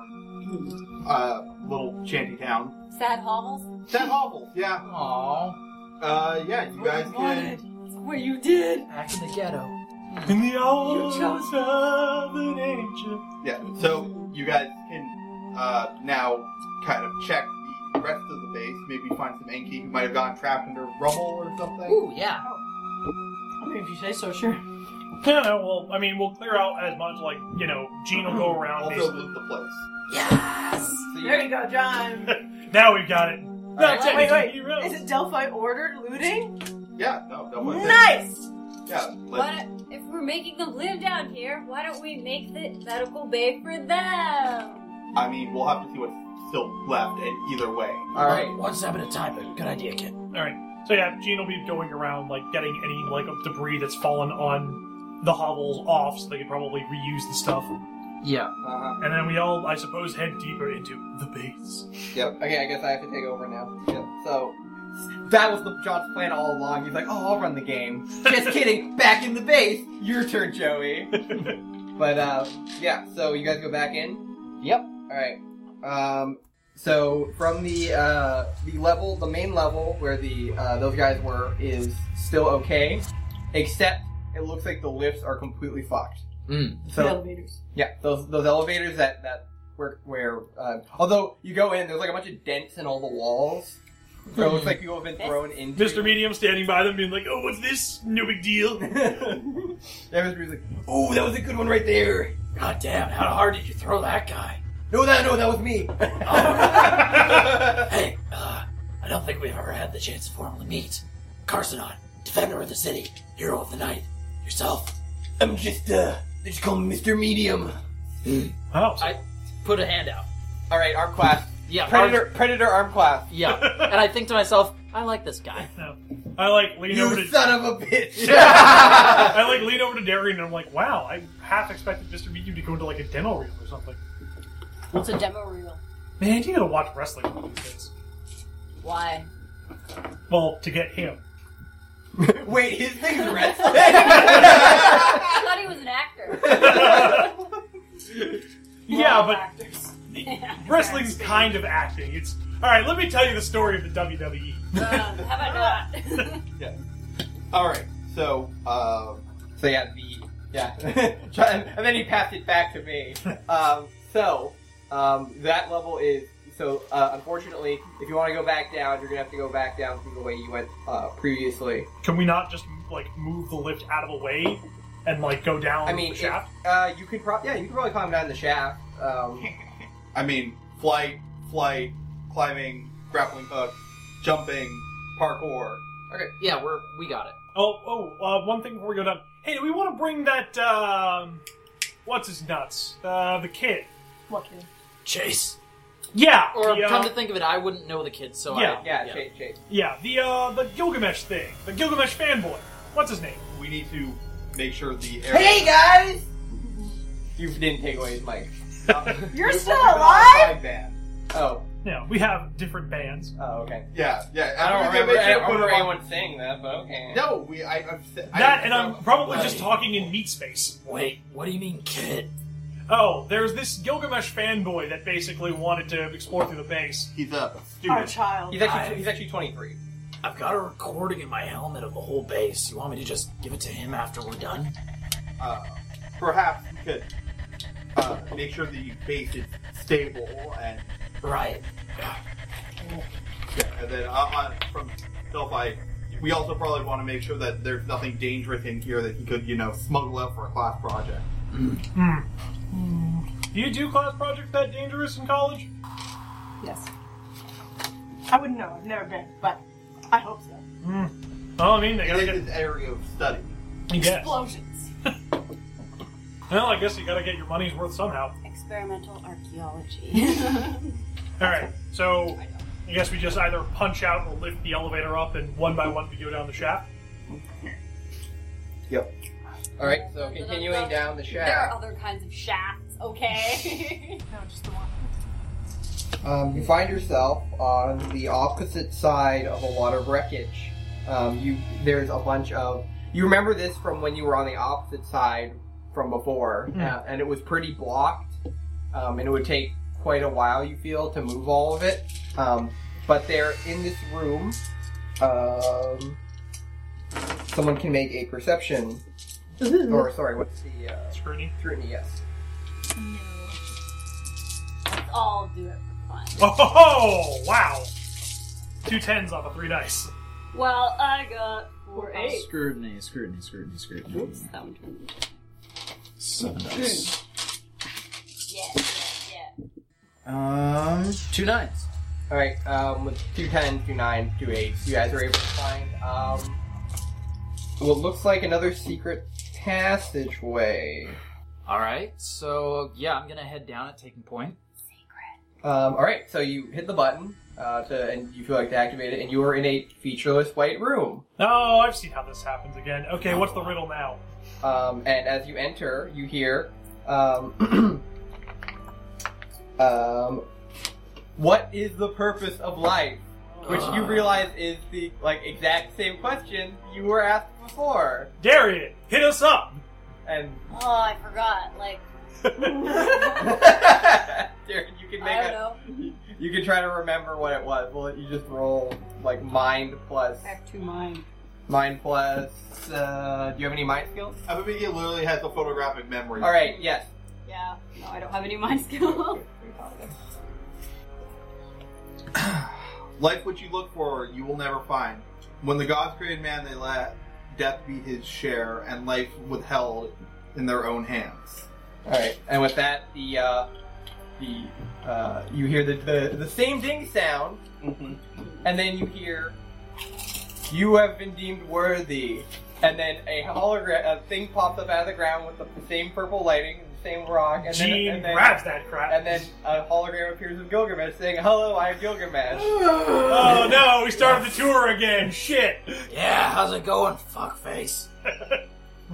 Speaker 1: uh, little shanty town,
Speaker 6: Sad hovels?
Speaker 1: that hovel, yeah,
Speaker 5: Aww.
Speaker 1: uh, yeah, you guys can.
Speaker 4: What you did.
Speaker 5: Back in the ghetto.
Speaker 3: In the hours
Speaker 4: chose-
Speaker 3: of an ancient.
Speaker 1: Yeah, so you guys can uh, now kind of check the rest of the base, maybe find some Enki who might have gotten trapped under rubble or something.
Speaker 5: Ooh, yeah.
Speaker 4: I mean, if you say so, sure.
Speaker 3: Yeah, no, well, I mean, we'll clear out as much, like, you know, Gene will go around.
Speaker 1: Also,
Speaker 3: basically.
Speaker 1: loot the place.
Speaker 4: There you go, John.
Speaker 3: Now we've got it. No,
Speaker 4: Wait, wait, wait.
Speaker 3: you really-
Speaker 4: Is it Delphi ordered looting?
Speaker 1: Yeah, no, that was it.
Speaker 4: Nice.
Speaker 1: Yeah, like,
Speaker 6: What if we're making them live down here? Why don't we make the medical bay for them?
Speaker 1: I mean, we'll have to see what's still left, and either way.
Speaker 2: All right.
Speaker 7: One step at a time. Good idea, kid.
Speaker 3: All right. So yeah, Gene will be going around like getting any like of debris that's fallen on the hovels off, so they can probably reuse the stuff.
Speaker 5: Yeah.
Speaker 2: Uh-huh.
Speaker 3: And then we all, I suppose, head deeper into the base.
Speaker 2: Yep. Okay, I guess I have to take over now. Yep. So that was the John's plan all along. He's like, "Oh, I'll run the game." Just kidding. Back in the base. Your turn, Joey. but uh, yeah. So you guys go back in. Yep. All right. Um. So from the uh, the level, the main level where the uh, those guys were is still okay, except it looks like the lifts are completely fucked.
Speaker 5: Mm.
Speaker 2: So
Speaker 4: elevators.
Speaker 2: yeah, those those elevators that that where where uh, although you go in, there's like a bunch of dents in all the walls. So it looks like people have been thrown into.
Speaker 3: Mr. Medium standing by them, being like, "Oh, what's this? No big deal."
Speaker 2: Yeah, Mr. Me's like, oh, that was a good one right there.
Speaker 7: God damn, how hard did you throw that guy?
Speaker 2: No, that no, that was me.
Speaker 3: Oh,
Speaker 7: Hey, uh, I don't think we've ever had the chance to formally meet. Carsonon, defender of the city, hero of the night. Yourself.
Speaker 2: I'm just uh, they just call me Mr. Medium.
Speaker 3: Wow.
Speaker 5: I put a hand out.
Speaker 2: All right, arm class.
Speaker 5: Yeah.
Speaker 2: Predator, predator arm class.
Speaker 5: arms- yeah. And I think to myself, I like this guy.
Speaker 3: No. I like lean over
Speaker 2: You
Speaker 3: to
Speaker 2: son of a bitch.
Speaker 3: I like lean over to Darian, and I'm like, "Wow, I half expected Mr. Medium to go into like a demo reel or something."
Speaker 6: It's a demo reel.
Speaker 3: Man, you gotta watch wrestling one of these days.
Speaker 6: Why?
Speaker 3: Well, to get him.
Speaker 2: Wait, his thing's wrestling.
Speaker 6: I thought he was an actor.
Speaker 3: yeah,
Speaker 6: Well,
Speaker 3: but
Speaker 6: actors.
Speaker 3: Wrestling's kind of acting. It's all right. Let me tell you the story of the E. WWE.
Speaker 6: Um, how about not?
Speaker 1: All right, so, uh,
Speaker 2: um, So yeah, the yeah, and, and then he passed it back to me. Um, so um, that level is so. Uh, unfortunately, if you want to go back down, you're gonna have to go back down from the way you went uh, previously.
Speaker 3: Can we not just like move the lift out of the way and like go down
Speaker 2: I mean,
Speaker 3: the shaft?
Speaker 2: if- uh, you could probably yeah, you could probably climb down the shaft. Um,
Speaker 1: I mean, flight, flight, climbing, grappling hook, jumping, parkour.
Speaker 5: Okay. Yeah, we're we got it.
Speaker 3: Oh, oh, uh, one thing before we go down. Hey, do we want to bring that? Um, what's his nuts? Uh, the kid.
Speaker 4: What kid?
Speaker 7: Chase.
Speaker 3: Yeah.
Speaker 5: Or
Speaker 3: the, uh,
Speaker 5: come to think of it, I wouldn't know the kid, so
Speaker 3: Yeah.
Speaker 5: I,
Speaker 2: yeah, Chase, Chase.
Speaker 3: yeah, the uh, the Gilgamesh thing. The Gilgamesh fanboy. What's his name?
Speaker 1: We need to make sure the area.
Speaker 2: Hey guys, you didn't take away his mic.
Speaker 4: You're
Speaker 2: This
Speaker 4: still
Speaker 2: wasn't an
Speaker 4: alive.
Speaker 2: outside band. Oh,
Speaker 3: No, we have different bands.
Speaker 2: oh, okay.
Speaker 1: Yeah, yeah.
Speaker 2: I don't
Speaker 1: we need to
Speaker 2: remember,
Speaker 1: make
Speaker 2: I
Speaker 1: sure
Speaker 2: don't
Speaker 1: to put
Speaker 2: remember
Speaker 1: it on-
Speaker 2: anyone saying that, but okay.
Speaker 1: No, we. I, I'm, s- I-
Speaker 3: That, and I'm probably
Speaker 7: Right.
Speaker 3: just talking in meat space.
Speaker 7: Wait, what do you mean, kid?
Speaker 3: Oh, there's this Gilgamesh fanboy that basically wanted to explore through the base.
Speaker 1: He's a
Speaker 4: Our
Speaker 1: student.
Speaker 4: child.
Speaker 2: He's actually he's actually 23.
Speaker 7: I've got a recording in my helmet of the whole base. You want me to just give it to him after we're done?
Speaker 1: Uh, perhaps we could uh, make sure the base is stable, and,
Speaker 7: Right.
Speaker 1: yeah, and then uh, uh, from Delphi, you We also probably want to make sure that there's nothing dangerous in here that he could, you know, smuggle out for a class project.
Speaker 3: Do you do class projects that dangerous in college?
Speaker 4: Yes. I wouldn't know. I've never been, but I hope so.
Speaker 3: Well, I mean, they
Speaker 1: It
Speaker 3: gotta
Speaker 1: is
Speaker 3: get.
Speaker 1: his area of study.
Speaker 3: I guess.
Speaker 4: Explosions.
Speaker 3: Well, I guess you gotta get your money's worth somehow.
Speaker 6: Experimental archaeology.
Speaker 3: All right, so I guess we just either punch out or lift the elevator up, and one by one we go down the shaft.
Speaker 2: All right, so continuing down the
Speaker 6: there are
Speaker 2: shaft,
Speaker 6: other kinds of shafts, okay?
Speaker 4: No, just the one.
Speaker 2: um, you find yourself on the opposite side of a lot of wreckage. Um, you there's a bunch of you remember this from when you were on the opposite side from before,
Speaker 3: Hmm.
Speaker 2: uh, and it was pretty blocked, um, and it would take quite a while you feel to move all of it. Um, but they're in this room. Um, someone can make a perception, or sorry, what's the uh,
Speaker 3: Scrutiny.
Speaker 2: scrutiny? Yes.
Speaker 6: Let's all do it for fun.
Speaker 3: Oh, wow! Two tens off of three dice.
Speaker 6: Well, I got four eight.
Speaker 5: Oh, Scrutiny, scrutiny, scrutiny, scrutiny.
Speaker 6: Oops, that one turned.
Speaker 5: Seven dice.
Speaker 6: Yeah, yeah,
Speaker 5: Um, two nines.
Speaker 2: All right, um, with two ten, two nine, two eight, you guys are able to find um, what looks like another secret passageway.
Speaker 5: All right, so yeah, I'm gonna head down at taking point.
Speaker 2: Um, all right, so you hit the button uh, to, and you feel like to activate it, and you are in a featureless white room.
Speaker 3: Oh, I've seen how this happens again. Okay, what's the riddle now?
Speaker 2: Um, and as you enter, you hear, um, um, "What is the purpose of life?" Which
Speaker 7: Ah.
Speaker 2: you
Speaker 7: Uh,
Speaker 2: realize is the like exact same question you were asked before.
Speaker 3: Darian, hit us up.
Speaker 2: And
Speaker 6: yeah. Oh, I forgot. Like,
Speaker 2: Darren, you can make
Speaker 6: I don't
Speaker 2: a,
Speaker 6: know.
Speaker 2: you can try to remember what it was. Well, you just roll like mind plus
Speaker 6: I have two mine.
Speaker 2: mind plus. Uh, do you have any mind skills?
Speaker 1: Abimedia literally has a photographic memory.
Speaker 2: All right, yes.
Speaker 6: Yeah, no, I don't have any mind skill.
Speaker 1: Life which you look for, you will never find. When the gods created man, they let death be his share, and life withheld in their own hands.
Speaker 2: All right, and with that, the uh, the uh, you hear the, the the same ding sound, and then you hear you have been deemed worthy, and then a hologram a thing pops up out of the ground with the, same purple lighting, and the same rock, and
Speaker 3: Gene
Speaker 2: then, and then
Speaker 3: grabs that crap.
Speaker 2: And then a hologram appears of Gilgamesh saying, Hello, I am Gilgamesh.
Speaker 3: oh no, we started the tour again. Shit.
Speaker 7: Yeah, how's it going, fuckface?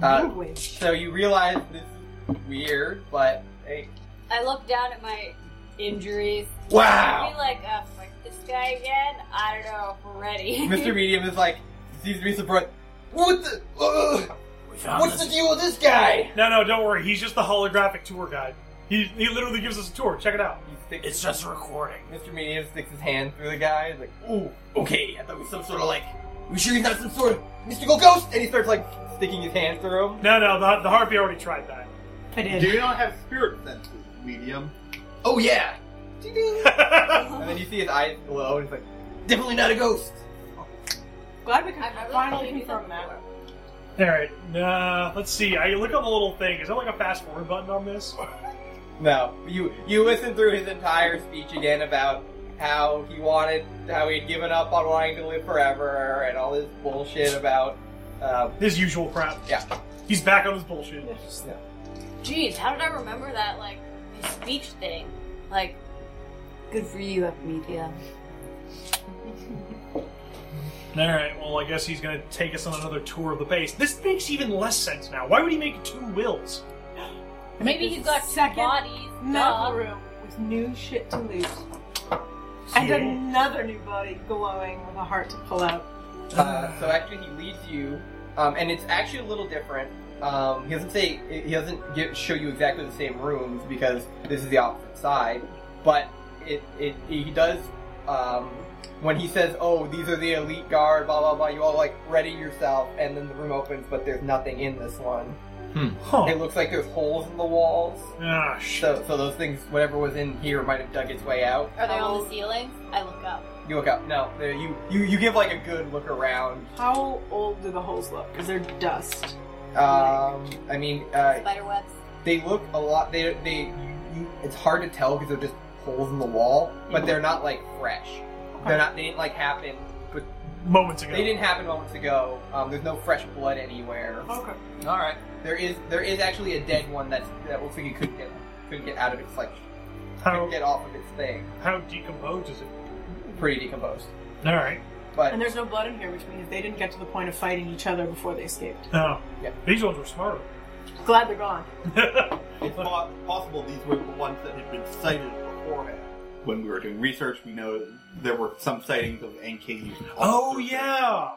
Speaker 2: Uh,
Speaker 4: Language.
Speaker 2: so you realize this is weird, but hey,
Speaker 6: I look down at my injuries. I'd
Speaker 7: Wow!
Speaker 6: be like, uh, fuck this guy again? I don't know if we're ready.
Speaker 2: Mr. Medium is like, seems to be surprised. What the? Ugh,
Speaker 7: We found
Speaker 2: what's the
Speaker 7: this.
Speaker 2: deal with this guy?
Speaker 3: No, no, don't worry. He's just the holographic tour guide. He, he literally gives us a tour. Check it out.
Speaker 2: He sticks,
Speaker 7: It's just a recording.
Speaker 2: Mr. Medium sticks his hand through the guy. He's like, Ooh, okay, I thought he was some sort of like, you sure he's not some sort of mystical ghost? And he starts like sticking his hand through him.
Speaker 3: No, no, the, the harpy already tried
Speaker 4: It is.
Speaker 1: Do you not have spirit senses, medium?
Speaker 2: Oh, yeah.
Speaker 3: that.
Speaker 2: And then you see his eyes glow, and he's like, Definitely not a ghost.
Speaker 4: Glad we could
Speaker 6: I really
Speaker 4: finally
Speaker 6: do
Speaker 4: confirm that.
Speaker 6: before.
Speaker 3: All right. Uh, let's see. I look on the little thing. Is there like a fast forward button on this?
Speaker 2: No, you you listen through his entire speech again about how he wanted, how he'd given up on wanting to live forever, and all this bullshit about. Uh,
Speaker 3: His usual crap.
Speaker 2: Yeah.
Speaker 3: He's back on his bullshit.
Speaker 6: Jeez, how did I remember that, like, speech thing? Like, good for you, up media.
Speaker 3: All right. Well, I guess he's gonna take us on another tour of the base. This makes even less sense now. Why would he make two wills?
Speaker 6: Maybe he's got two
Speaker 4: Second
Speaker 6: bodies.
Speaker 4: Another
Speaker 6: duh.
Speaker 4: room with new shit to loot. And another new body glowing with a heart to pull out.
Speaker 2: uh, so actually, he leads you, um, and it's actually a little different. Um, he doesn't say he doesn't give, show you exactly the same rooms because this is the opposite side, but it, it he does. Um, when he says, "Oh, these are the elite guard," blah blah blah, you all like ready yourself, and then the room opens, but there's nothing in this one.
Speaker 3: Hmm. Huh.
Speaker 2: It looks like there's holes in the walls.
Speaker 3: Ah, sh-
Speaker 2: So, so those things, whatever was in here, might have dug its way out.
Speaker 6: Are they on the ceilings? I look up.
Speaker 2: You look up. No, there- you you you give like a good look around.
Speaker 4: How old do the holes look? Is there dust?
Speaker 2: Um, I mean, uh,
Speaker 6: Spider webs.
Speaker 2: they look a lot. They they. You, it's hard to tell because they're just holes in the wall, but they're not like fresh. They're not. They didn't like happen.
Speaker 3: moments ago.
Speaker 2: They didn't happen moments ago. Um, there's no fresh blood anywhere.
Speaker 4: Okay.
Speaker 5: All right.
Speaker 2: There is there is actually a dead one that's that looks like it couldn't get couldn't get out of its like couldn't
Speaker 3: How,
Speaker 2: get off of its thing.
Speaker 3: how decomposed is it?
Speaker 2: Pretty decomposed,
Speaker 3: All right.
Speaker 2: but
Speaker 4: And there's no blood in here, which means they didn't get to the point of fighting each other before they escaped.
Speaker 3: Oh.
Speaker 2: Yeah.
Speaker 3: These ones were smarter.
Speaker 4: Glad they're gone.
Speaker 1: It's po- possible these were the ones that had been sighted beforehand. When we were doing research, we know there were some sightings of NKU.
Speaker 3: oh, yeah.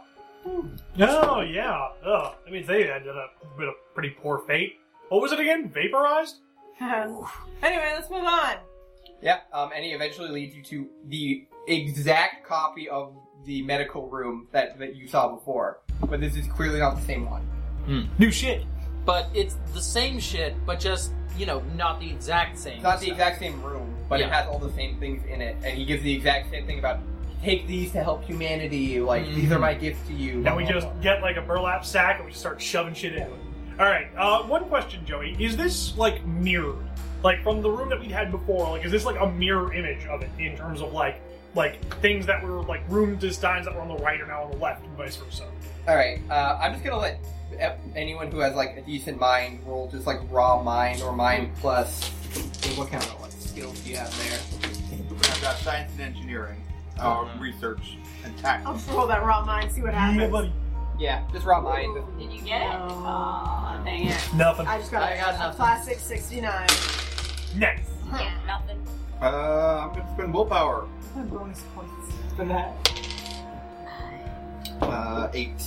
Speaker 3: Oh, yeah. Ugh. That means they ended up with a pretty poor fate. What was it again? Vaporized?
Speaker 4: anyway, let's move on.
Speaker 2: yeah. Um, and it eventually leads you to the exact copy of the medical room that that you saw before, but this is clearly not the same one.
Speaker 3: New shit.
Speaker 5: But it's the same shit, but just you know, not the exact same.
Speaker 2: It's not the exact same room, but it
Speaker 5: Yeah.
Speaker 2: has all the same things in it, and he gives the exact same thing about take these to help humanity. Like these are my gifts to you.
Speaker 3: Now we
Speaker 2: blah, blah,
Speaker 3: just
Speaker 2: blah.
Speaker 3: get like a burlap sack and we just start shoving shit in. All right. Uh, one question, Joey: Is this like mirrored, like from the room that we'd had before? Like, is this like a mirror image of it in terms of like, like things that were like room designs that were on the right are now on the left, and vice versa?
Speaker 2: All right, uh, I'm just gonna let e- anyone who has like a decent mind roll just like raw mind or mind plus. What kind of like skills do you have there?
Speaker 1: I've got science and engineering, uh, research, and
Speaker 4: I'll
Speaker 1: tactics.
Speaker 4: just roll that raw mine, see what happens.
Speaker 2: Yeah, just raw mind.
Speaker 6: Did you get it?
Speaker 4: No.
Speaker 6: Aw, dang it.
Speaker 3: Nothing.
Speaker 4: Um, I just got,
Speaker 5: I got
Speaker 4: a
Speaker 5: nothing.
Speaker 4: classic 69.
Speaker 3: Next.
Speaker 6: Yeah, nothing.
Speaker 1: Uh, I'm gonna spend willpower.
Speaker 4: Bonus points for that.
Speaker 1: Uh, eight.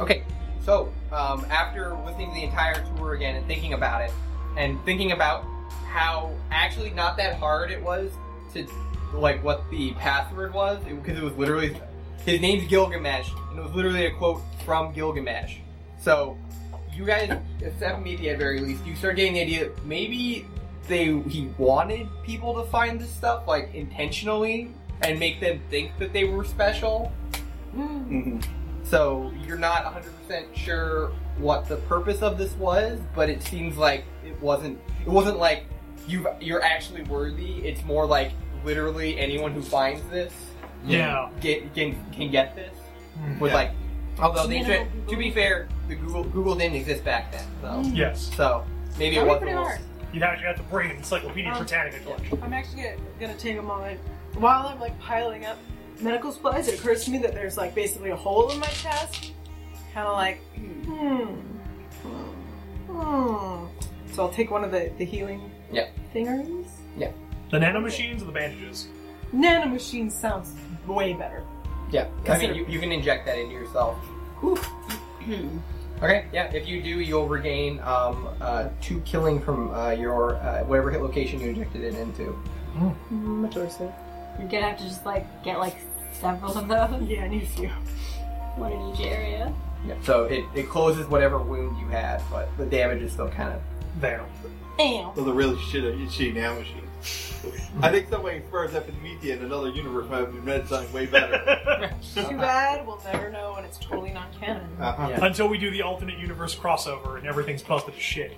Speaker 2: Okay, so um, after listening to the entire tour again and thinking about it, and thinking about how actually not that hard it was to like what the password was, because it, was literally his name's Gilgamesh, and it was literally a quote from Gilgamesh. So you guys, except maybe at very least, you start getting the idea that maybe they he wanted people to find this stuff like intentionally and make them think that they were special. So you're not 100% sure what the purpose of this was, but it seems like it wasn't. It wasn't like you you're actually worthy. It's more like literally anyone who finds this
Speaker 3: Yeah.
Speaker 2: get, can can get this. With
Speaker 1: Yeah.
Speaker 2: like, although they
Speaker 6: Minimal
Speaker 2: should- to
Speaker 6: Google.
Speaker 2: be fair, the Google Google didn't exist back then, so
Speaker 3: Yes.
Speaker 2: so maybe
Speaker 4: That'd Hmm.
Speaker 2: it
Speaker 4: be
Speaker 2: wasn't.
Speaker 4: pretty hard.
Speaker 3: You'd actually have to bring an Encyclopedia
Speaker 4: Um,
Speaker 3: Britannica collection.
Speaker 4: I'm actually gonna, gonna take a moment. While I'm like piling up medical supplies, it occurs to me that there's like basically a hole in my chest. Kind of like, hmm. Hmm. So I'll take one of the, the healing
Speaker 2: Yeah.
Speaker 4: thingeries.
Speaker 3: The nanomachines or the bandages?
Speaker 4: Nanomachine sounds way better.
Speaker 2: Yeah, I mean
Speaker 4: Consider-
Speaker 2: you, you can inject that into yourself. Okay, yeah. If you do, you'll regain um, uh, two killing from uh, your uh, whatever hit location you injected it into.
Speaker 4: My torso.
Speaker 6: You're gonna have to just like get like several of those.
Speaker 4: Yeah, I need a few.
Speaker 6: One in each area.
Speaker 2: Yeah, so it, it closes whatever wound you had, but the damage is still kind of.
Speaker 3: There.
Speaker 4: Damn.
Speaker 1: Those are really shitty, shitty now machines. I think somebody spurs epidemia in another universe might have been med something way better.
Speaker 4: Too bad we'll never know, and it's totally non canon.
Speaker 1: Uh-huh.
Speaker 2: Yeah.
Speaker 3: Until we do the alternate universe crossover and everything's busted to shit.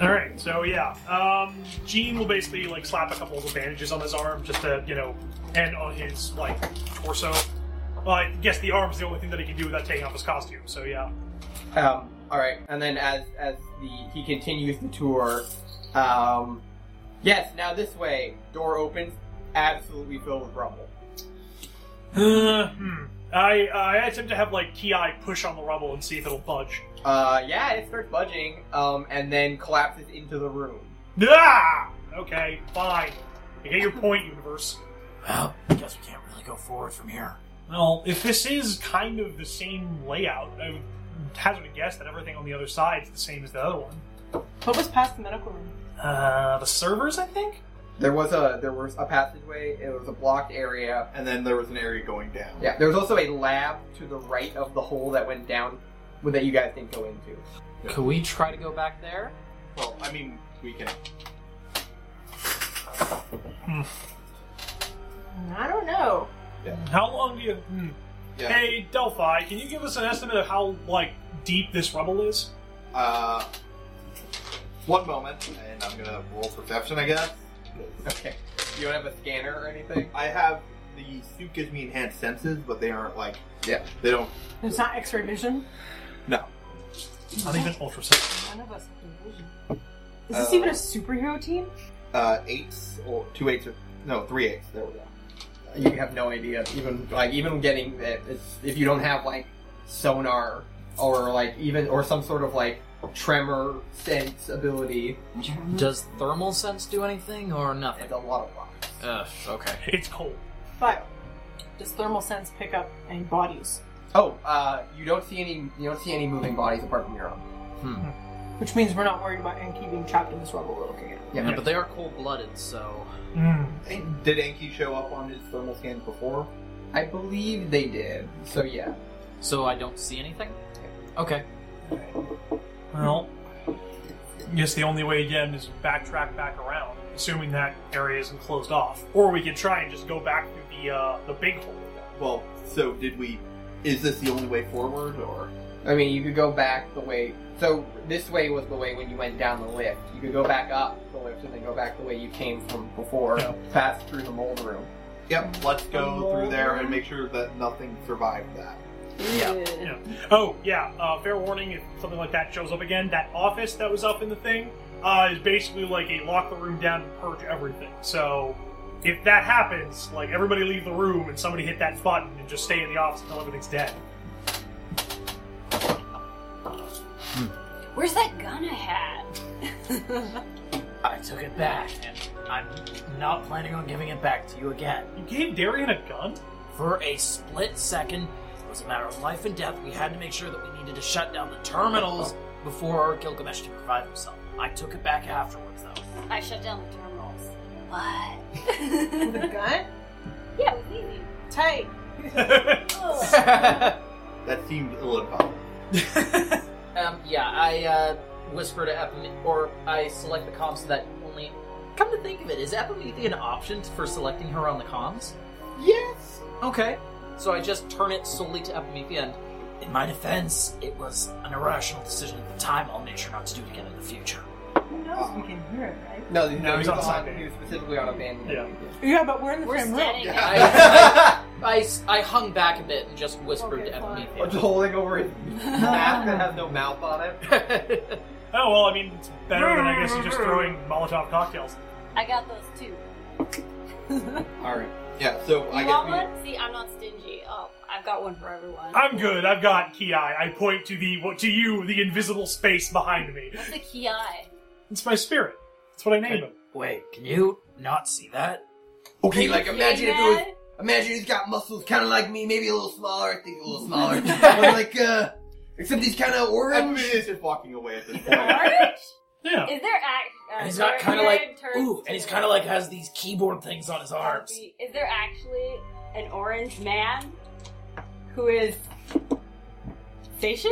Speaker 3: All right, so yeah, um, Gene will basically like slap a couple of bandages on his arm just to you know, and on his like torso. Well, I guess the arm's the only thing that he can do without taking off his costume. So yeah,
Speaker 2: Um, all right, and then as as the he continues the tour, um, yes, now this way. Door opens, absolutely filled with rubble.
Speaker 3: uh, hmm. I I attempt to have like Ki push on the rubble and see if it'll budge.
Speaker 2: Uh, yeah, it starts budging, um, and then collapses into the room.
Speaker 3: Ah! Okay, fine. I get your point, universe.
Speaker 7: Well, I guess we can't really go forward from here.
Speaker 3: Well, if this is kind of the same layout, I would hazard a guess that everything on the other side is the same as the other one.
Speaker 4: What was past the medical room?
Speaker 3: Uh, the servers, I think.
Speaker 2: There was a there was a passageway. It was a blocked area.
Speaker 1: And then there was an area going down.
Speaker 2: Yeah, there was also a lab to the right of the hole that went down that you guys didn't go into.
Speaker 5: Could we try to go back there?
Speaker 1: Well, I mean, we can.
Speaker 4: I don't know.
Speaker 3: How long do you? Hmm.
Speaker 1: Yeah.
Speaker 3: Hey, Delphi, can you give us an estimate of how like deep this rubble is?
Speaker 1: Uh, one moment, and I'm gonna roll perception, I guess.
Speaker 2: Okay. You don't have a scanner or anything?
Speaker 1: I have the suit gives me enhanced senses, but they aren't like
Speaker 2: Yeah.
Speaker 1: they don't.
Speaker 4: It's not X-ray vision.
Speaker 3: Not even ultrasound.
Speaker 4: None of us have vision. Is this
Speaker 1: Uh,
Speaker 4: even a superhero team?
Speaker 1: Uh, eights or two eights or no three eights. There we go.
Speaker 2: You have no idea. Even like even getting it, it's, if you don't have like sonar or like even or some sort of like tremor sense ability,
Speaker 5: Does thermal sense do anything or nothing?
Speaker 2: it's a lot of rocks.
Speaker 5: Ugh, okay.
Speaker 3: It's cold.
Speaker 4: But does thermal sense pick up any bodies?
Speaker 2: Oh, uh, you don't see any you don't see any moving bodies apart from your own.
Speaker 5: Hmm.
Speaker 4: Which means we're not worried about Enki being trapped in this rubble we're looking at.
Speaker 2: Uh-huh.
Speaker 5: Yeah, but they are cold blooded, so.
Speaker 3: Hmm.
Speaker 1: And Did Anki show up on his thermal scan before?
Speaker 2: I believe they did. So yeah.
Speaker 5: So I don't see anything? Okay.
Speaker 3: Well, I guess the only way again is backtrack back around, assuming that area isn't closed off, or we could try and just go back through the uh, the big hole.
Speaker 1: Well, so did we? Is this the only way forward, or
Speaker 2: I mean, you could go back the way. So this way was the way when you went down the lift. You could go back up the lift and then go back the way you came from before,
Speaker 3: Yeah.
Speaker 2: past through the mold room.
Speaker 1: yep? Let's go through there and make sure that nothing survived that.
Speaker 2: Yeah.
Speaker 3: Yeah. Oh yeah. Uh, fair warning: if something like that shows up again, that office that was up in the thing uh, is basically like a lock the room down and purge everything. So if that happens, like everybody leave the room and somebody hit that button and just stay in the office until everything's dead.
Speaker 6: Where's that gun I had?
Speaker 7: I took it back, and I'm not planning on giving it back to you again.
Speaker 3: You gave Darian a gun?
Speaker 7: For a split second, it was a matter of life and death. We had to make sure that we needed to shut down the terminals before Gilgamesh could revive himself. I took it back afterwards, though.
Speaker 6: I shut down the terminals.
Speaker 4: With a
Speaker 6: What?
Speaker 4: gun?
Speaker 6: yeah, it was easy.
Speaker 4: Tight.
Speaker 6: Ugh.
Speaker 1: That seemed ill advised.
Speaker 5: Um, yeah, I uh, whisper to Epimethea, or I select the comms that only. Come to think of it, is Epimethea an option for selecting her on the comms?
Speaker 2: yes.
Speaker 5: Okay. So I just turn it solely to Epimethea and.
Speaker 7: In my defense, it was an irrational decision at the time. I'll make sure not to do it again in the future.
Speaker 4: Who knows? We can hear it, right?
Speaker 2: No, no,
Speaker 3: he's
Speaker 2: he's
Speaker 3: on
Speaker 2: on.
Speaker 3: side.
Speaker 2: He was specifically on abandoned.
Speaker 3: Yeah.
Speaker 4: Yeah, but we're in the
Speaker 6: We're
Speaker 4: same room.
Speaker 6: standing
Speaker 1: Yeah.
Speaker 6: there.
Speaker 5: I, I, I, I hung back a bit and just whispered
Speaker 4: Okay,
Speaker 5: to
Speaker 4: fine.
Speaker 5: Epimethea.
Speaker 2: Just holding over his mask that has no mouth on it.
Speaker 3: Oh well, I mean it's better than I guess you just throwing Molotov cocktails.
Speaker 6: I got those too.
Speaker 2: All right.
Speaker 1: Yeah. So
Speaker 6: You
Speaker 1: I guess
Speaker 6: want
Speaker 1: we,
Speaker 6: one? See, I'm not stingy. Oh, I've got one for everyone.
Speaker 3: I'm good. I've got Ki. I point to the what to you the invisible space behind me.
Speaker 6: What's a ki?
Speaker 3: It's my spirit. That's what I named him.
Speaker 7: Wait, can you not see that?
Speaker 2: Okay, like imagine if it was.
Speaker 6: Yeah.
Speaker 2: Imagine he's got muscles, kind of like me, maybe a little smaller. I think a little smaller. Or like, uh, except he's kind of
Speaker 1: Everyone
Speaker 2: orange.
Speaker 1: is just walking away at this point.
Speaker 6: Orange?
Speaker 3: Yeah.
Speaker 6: Is there act? uh,
Speaker 7: And he's got kind of like ooh, and he's kind of like has these keyboard things on his arms.
Speaker 6: Is there actually an orange man who is station?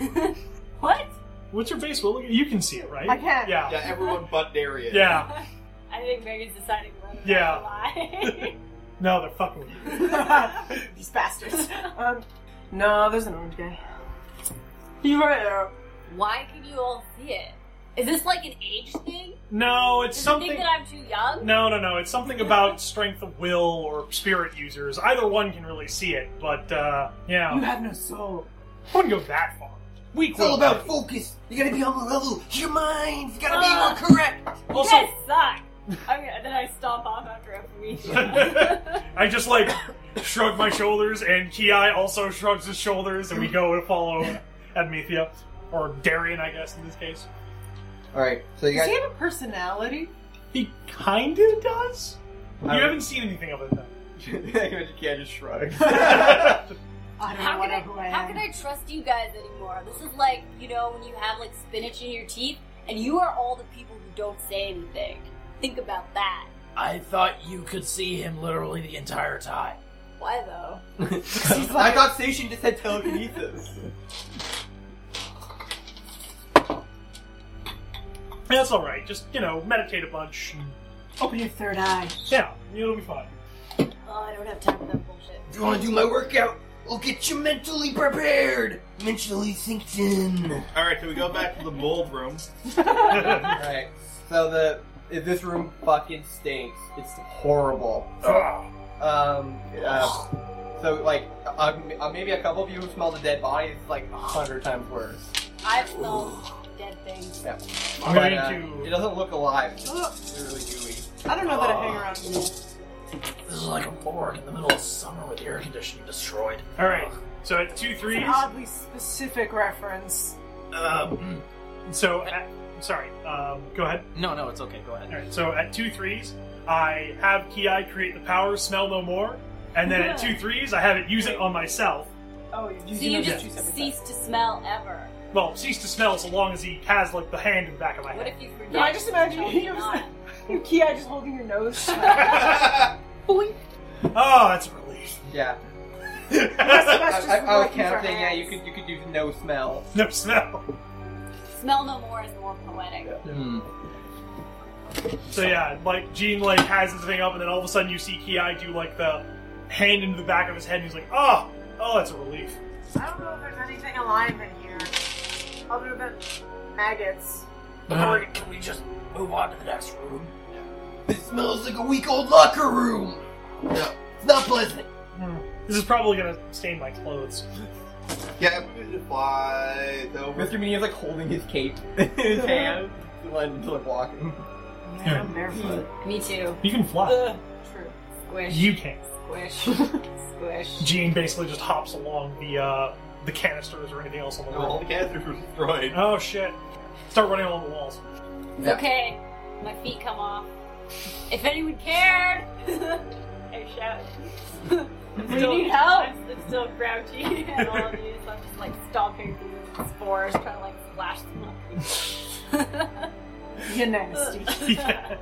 Speaker 6: what?
Speaker 3: What's your base? Well, you can see it, right?
Speaker 4: I can.
Speaker 3: Yeah.
Speaker 1: Yeah, everyone but Darius.
Speaker 3: Yeah.
Speaker 6: I think Megan's deciding whether
Speaker 3: Yeah.
Speaker 6: to lie.
Speaker 3: No, they're fucking with you.
Speaker 4: These bastards. Um, no, there's an orange guy. He's right there.
Speaker 6: Why can you all see it? Is this like an age thing?
Speaker 3: No, it's
Speaker 6: Does
Speaker 3: something.
Speaker 6: it think that I'm too young?
Speaker 3: No, no, no. It's something about strength of will or spirit users. Either one can really see it, but uh,
Speaker 4: You
Speaker 3: yeah,
Speaker 4: have no soul.
Speaker 3: I wouldn't go that far. Weak
Speaker 2: It's all
Speaker 3: will.
Speaker 2: about focus. You gotta be on the level. Your mind's gotta
Speaker 6: Ah.
Speaker 2: be more correct.
Speaker 6: you
Speaker 3: Also,
Speaker 6: guys suck. I'm gonna, then I stomp off after a week.
Speaker 3: I just like shrug my shoulders, and Ki also shrugs his shoulders, and we go to follow Admethea or Darian, I guess in this case.
Speaker 2: All right. So you
Speaker 4: Does he
Speaker 2: guys.
Speaker 4: have a personality?
Speaker 3: He kinda does. You
Speaker 2: I-
Speaker 3: haven't seen anything of it though.
Speaker 2: you can't just shrug.
Speaker 4: I don't
Speaker 6: How
Speaker 4: know
Speaker 6: can I,
Speaker 4: who I am.
Speaker 6: how can I trust you guys anymore? This is like, you know, when you have like spinach in your teeth, and you are all the people who don't say anything. Think about that.
Speaker 7: I thought you could see him literally the entire time.
Speaker 6: Why though?
Speaker 2: I thought Station just had telekinesis.
Speaker 3: That's all right. Just you know, meditate a bunch. and-
Speaker 6: Open your third eye.
Speaker 3: Yeah, it'll be fine.
Speaker 6: Oh, I don't have time for that bullshit.
Speaker 7: If you want to do my workout, we'll get you mentally prepared, mentally synced in.
Speaker 1: All right, so we go back to the mold room.
Speaker 2: Alright. So the if this room fucking stinks. It's horrible.
Speaker 3: Ugh.
Speaker 2: Um. Uh, so like, uh, uh, maybe a couple of you smelled a dead body. It's like a hundred times worse.
Speaker 6: I've smelled dead things.
Speaker 3: I'm
Speaker 2: But,
Speaker 3: going
Speaker 2: uh, It
Speaker 3: to.
Speaker 2: doesn't look alive. It's just really gooey.
Speaker 4: I don't know that I hang around. you.
Speaker 7: This is like a Borg in the middle of summer with air conditioning destroyed.
Speaker 3: All right. So at two
Speaker 4: It's
Speaker 3: threes.
Speaker 4: an oddly specific reference.
Speaker 7: Um,
Speaker 3: So at, sorry. Um, go ahead.
Speaker 5: No, no, it's okay. Go
Speaker 3: All
Speaker 5: ahead.
Speaker 3: right. So at two threes, I have Ki create the power, smell no more, and then at two threes, I have it use it on myself.
Speaker 4: Oh, you,
Speaker 6: So you
Speaker 4: know
Speaker 6: just
Speaker 4: two separate
Speaker 6: cease to smell ever.
Speaker 3: Well, cease to smell so long as he has like the hand in the back of my
Speaker 6: What
Speaker 3: head.
Speaker 6: if you forget?
Speaker 4: No, I just imagine
Speaker 6: No,
Speaker 4: you-
Speaker 6: you're not.
Speaker 4: things. Ki just holding your nose.
Speaker 3: Oh, that's a relief.
Speaker 2: Yeah.
Speaker 3: no
Speaker 4: That's
Speaker 2: I,
Speaker 4: just
Speaker 2: I, I was
Speaker 4: looking for
Speaker 2: counting. Yeah,
Speaker 4: hands.
Speaker 2: you could you could do no smell.
Speaker 3: smell.
Speaker 6: Smell no more is more poetic.
Speaker 5: Hmm.
Speaker 3: So yeah, like Gene like has his thing up, and then all of a sudden you see Ki do like the hand into the back of his head, and he's like, oh, oh, that's a relief.
Speaker 4: I don't know if there's anything alive in here, other than maggots. Uh-huh.
Speaker 7: Borg, Uh, can we just move on to the next room? This smells like a week old locker room. No, it's not pleasant.
Speaker 3: This is probably gonna stain my clothes.
Speaker 1: Yeah, it flies over.
Speaker 2: Mr. Meany is like holding his cape in his hand to let him to like walk.
Speaker 4: Man, I'm barefoot.
Speaker 6: Me too.
Speaker 3: You can fly.
Speaker 6: Ugh. True. Squish.
Speaker 3: You can.
Speaker 6: Squish. Squish.
Speaker 3: Gene basically just hops along the uh, the canisters or anything else on
Speaker 2: Oh.
Speaker 3: the
Speaker 1: No, all
Speaker 3: wall.
Speaker 1: the canisters were destroyed.
Speaker 3: Oh shit! Start running along the walls.
Speaker 6: It's okay. My feet come off. If anyone cared, I shout. if you
Speaker 3: Still-
Speaker 6: need help, I'm, I'm still grouchy and all of you, so I'm just like stomping through the spores, trying to like splash them up.
Speaker 4: You nasty.
Speaker 3: Yeah.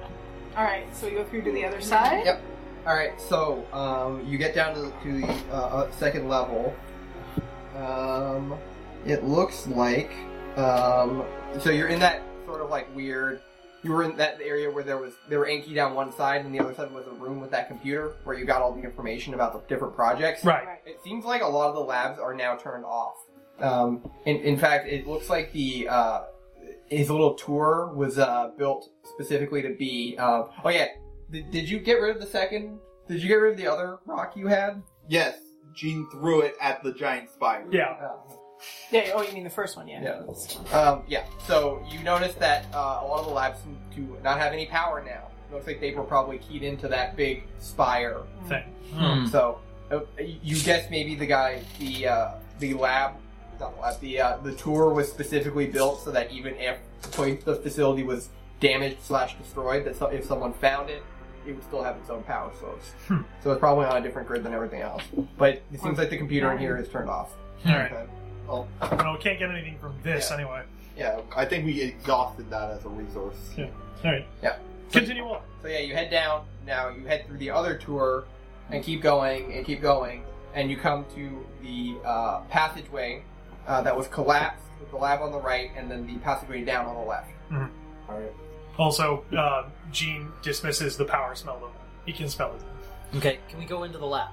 Speaker 4: All right, so we go through to the other side.
Speaker 2: Yep. All right, so um, you get down to, to the uh, uh, second level. Um, it looks like um, so you're in that sort of like weird. You were in that area where there was there were Anki down one side, and the other side was a room with that computer where you got all the information about the different projects.
Speaker 3: Right.
Speaker 2: It seems like a lot of the labs are now turned off. Um, in, in fact, it looks like the uh, his little tour was uh, built specifically to be. Uh, oh yeah, Th- did you get rid of the second? Did you get rid of the other rock you had?
Speaker 1: Yes, Gene threw it at the giant spider.
Speaker 3: Yeah.
Speaker 4: Yeah. Oh, you mean the first one? Yeah.
Speaker 2: Uh, Um, yeah. So you noticed that uh, a lot of the labs seem to not have any power now. Looks like they were probably keyed into that big spire
Speaker 5: Hmm.
Speaker 2: So uh, you guess maybe the guy, the uh, the lab, not the lab, the uh, the tour was specifically built so that even if the place- the facility was damaged slash destroyed, that so, if someone found it, it would still have its own power source.
Speaker 3: Hmm.
Speaker 2: So it's probably on a different grid than everything else. But it seems like the computer in here is turned off.
Speaker 3: All right.
Speaker 1: Okay.
Speaker 3: No, we can't get anything from this
Speaker 2: Yeah.
Speaker 3: anyway.
Speaker 1: Yeah, I think we exhausted that as a resource.
Speaker 3: All right.
Speaker 2: Yeah.
Speaker 3: Continue on.
Speaker 2: So yeah, you head down. Now you head through the other tour and keep going and keep going, and you come to the uh, passageway uh, that was collapsed with the lab on the right, and then the passageway down on the left.
Speaker 3: Also, uh, Gene dismisses the power smell of He can smell it.
Speaker 5: Okay, can we go into the lab?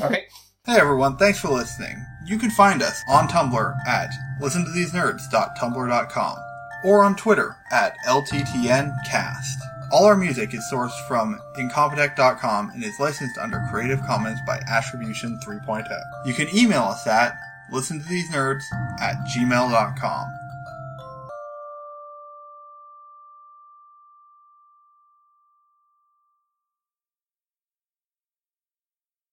Speaker 2: Okay.
Speaker 8: Hey everyone, thanks for listening. You can find us on Tumblr at listentothesenerds.tumblr.com or on Twitter at LTTNcast. All our music is sourced from incompetech.com and is licensed under Creative Commons by oh. Attribution 3.0. You can email us at listentothesenerds at gmail.com.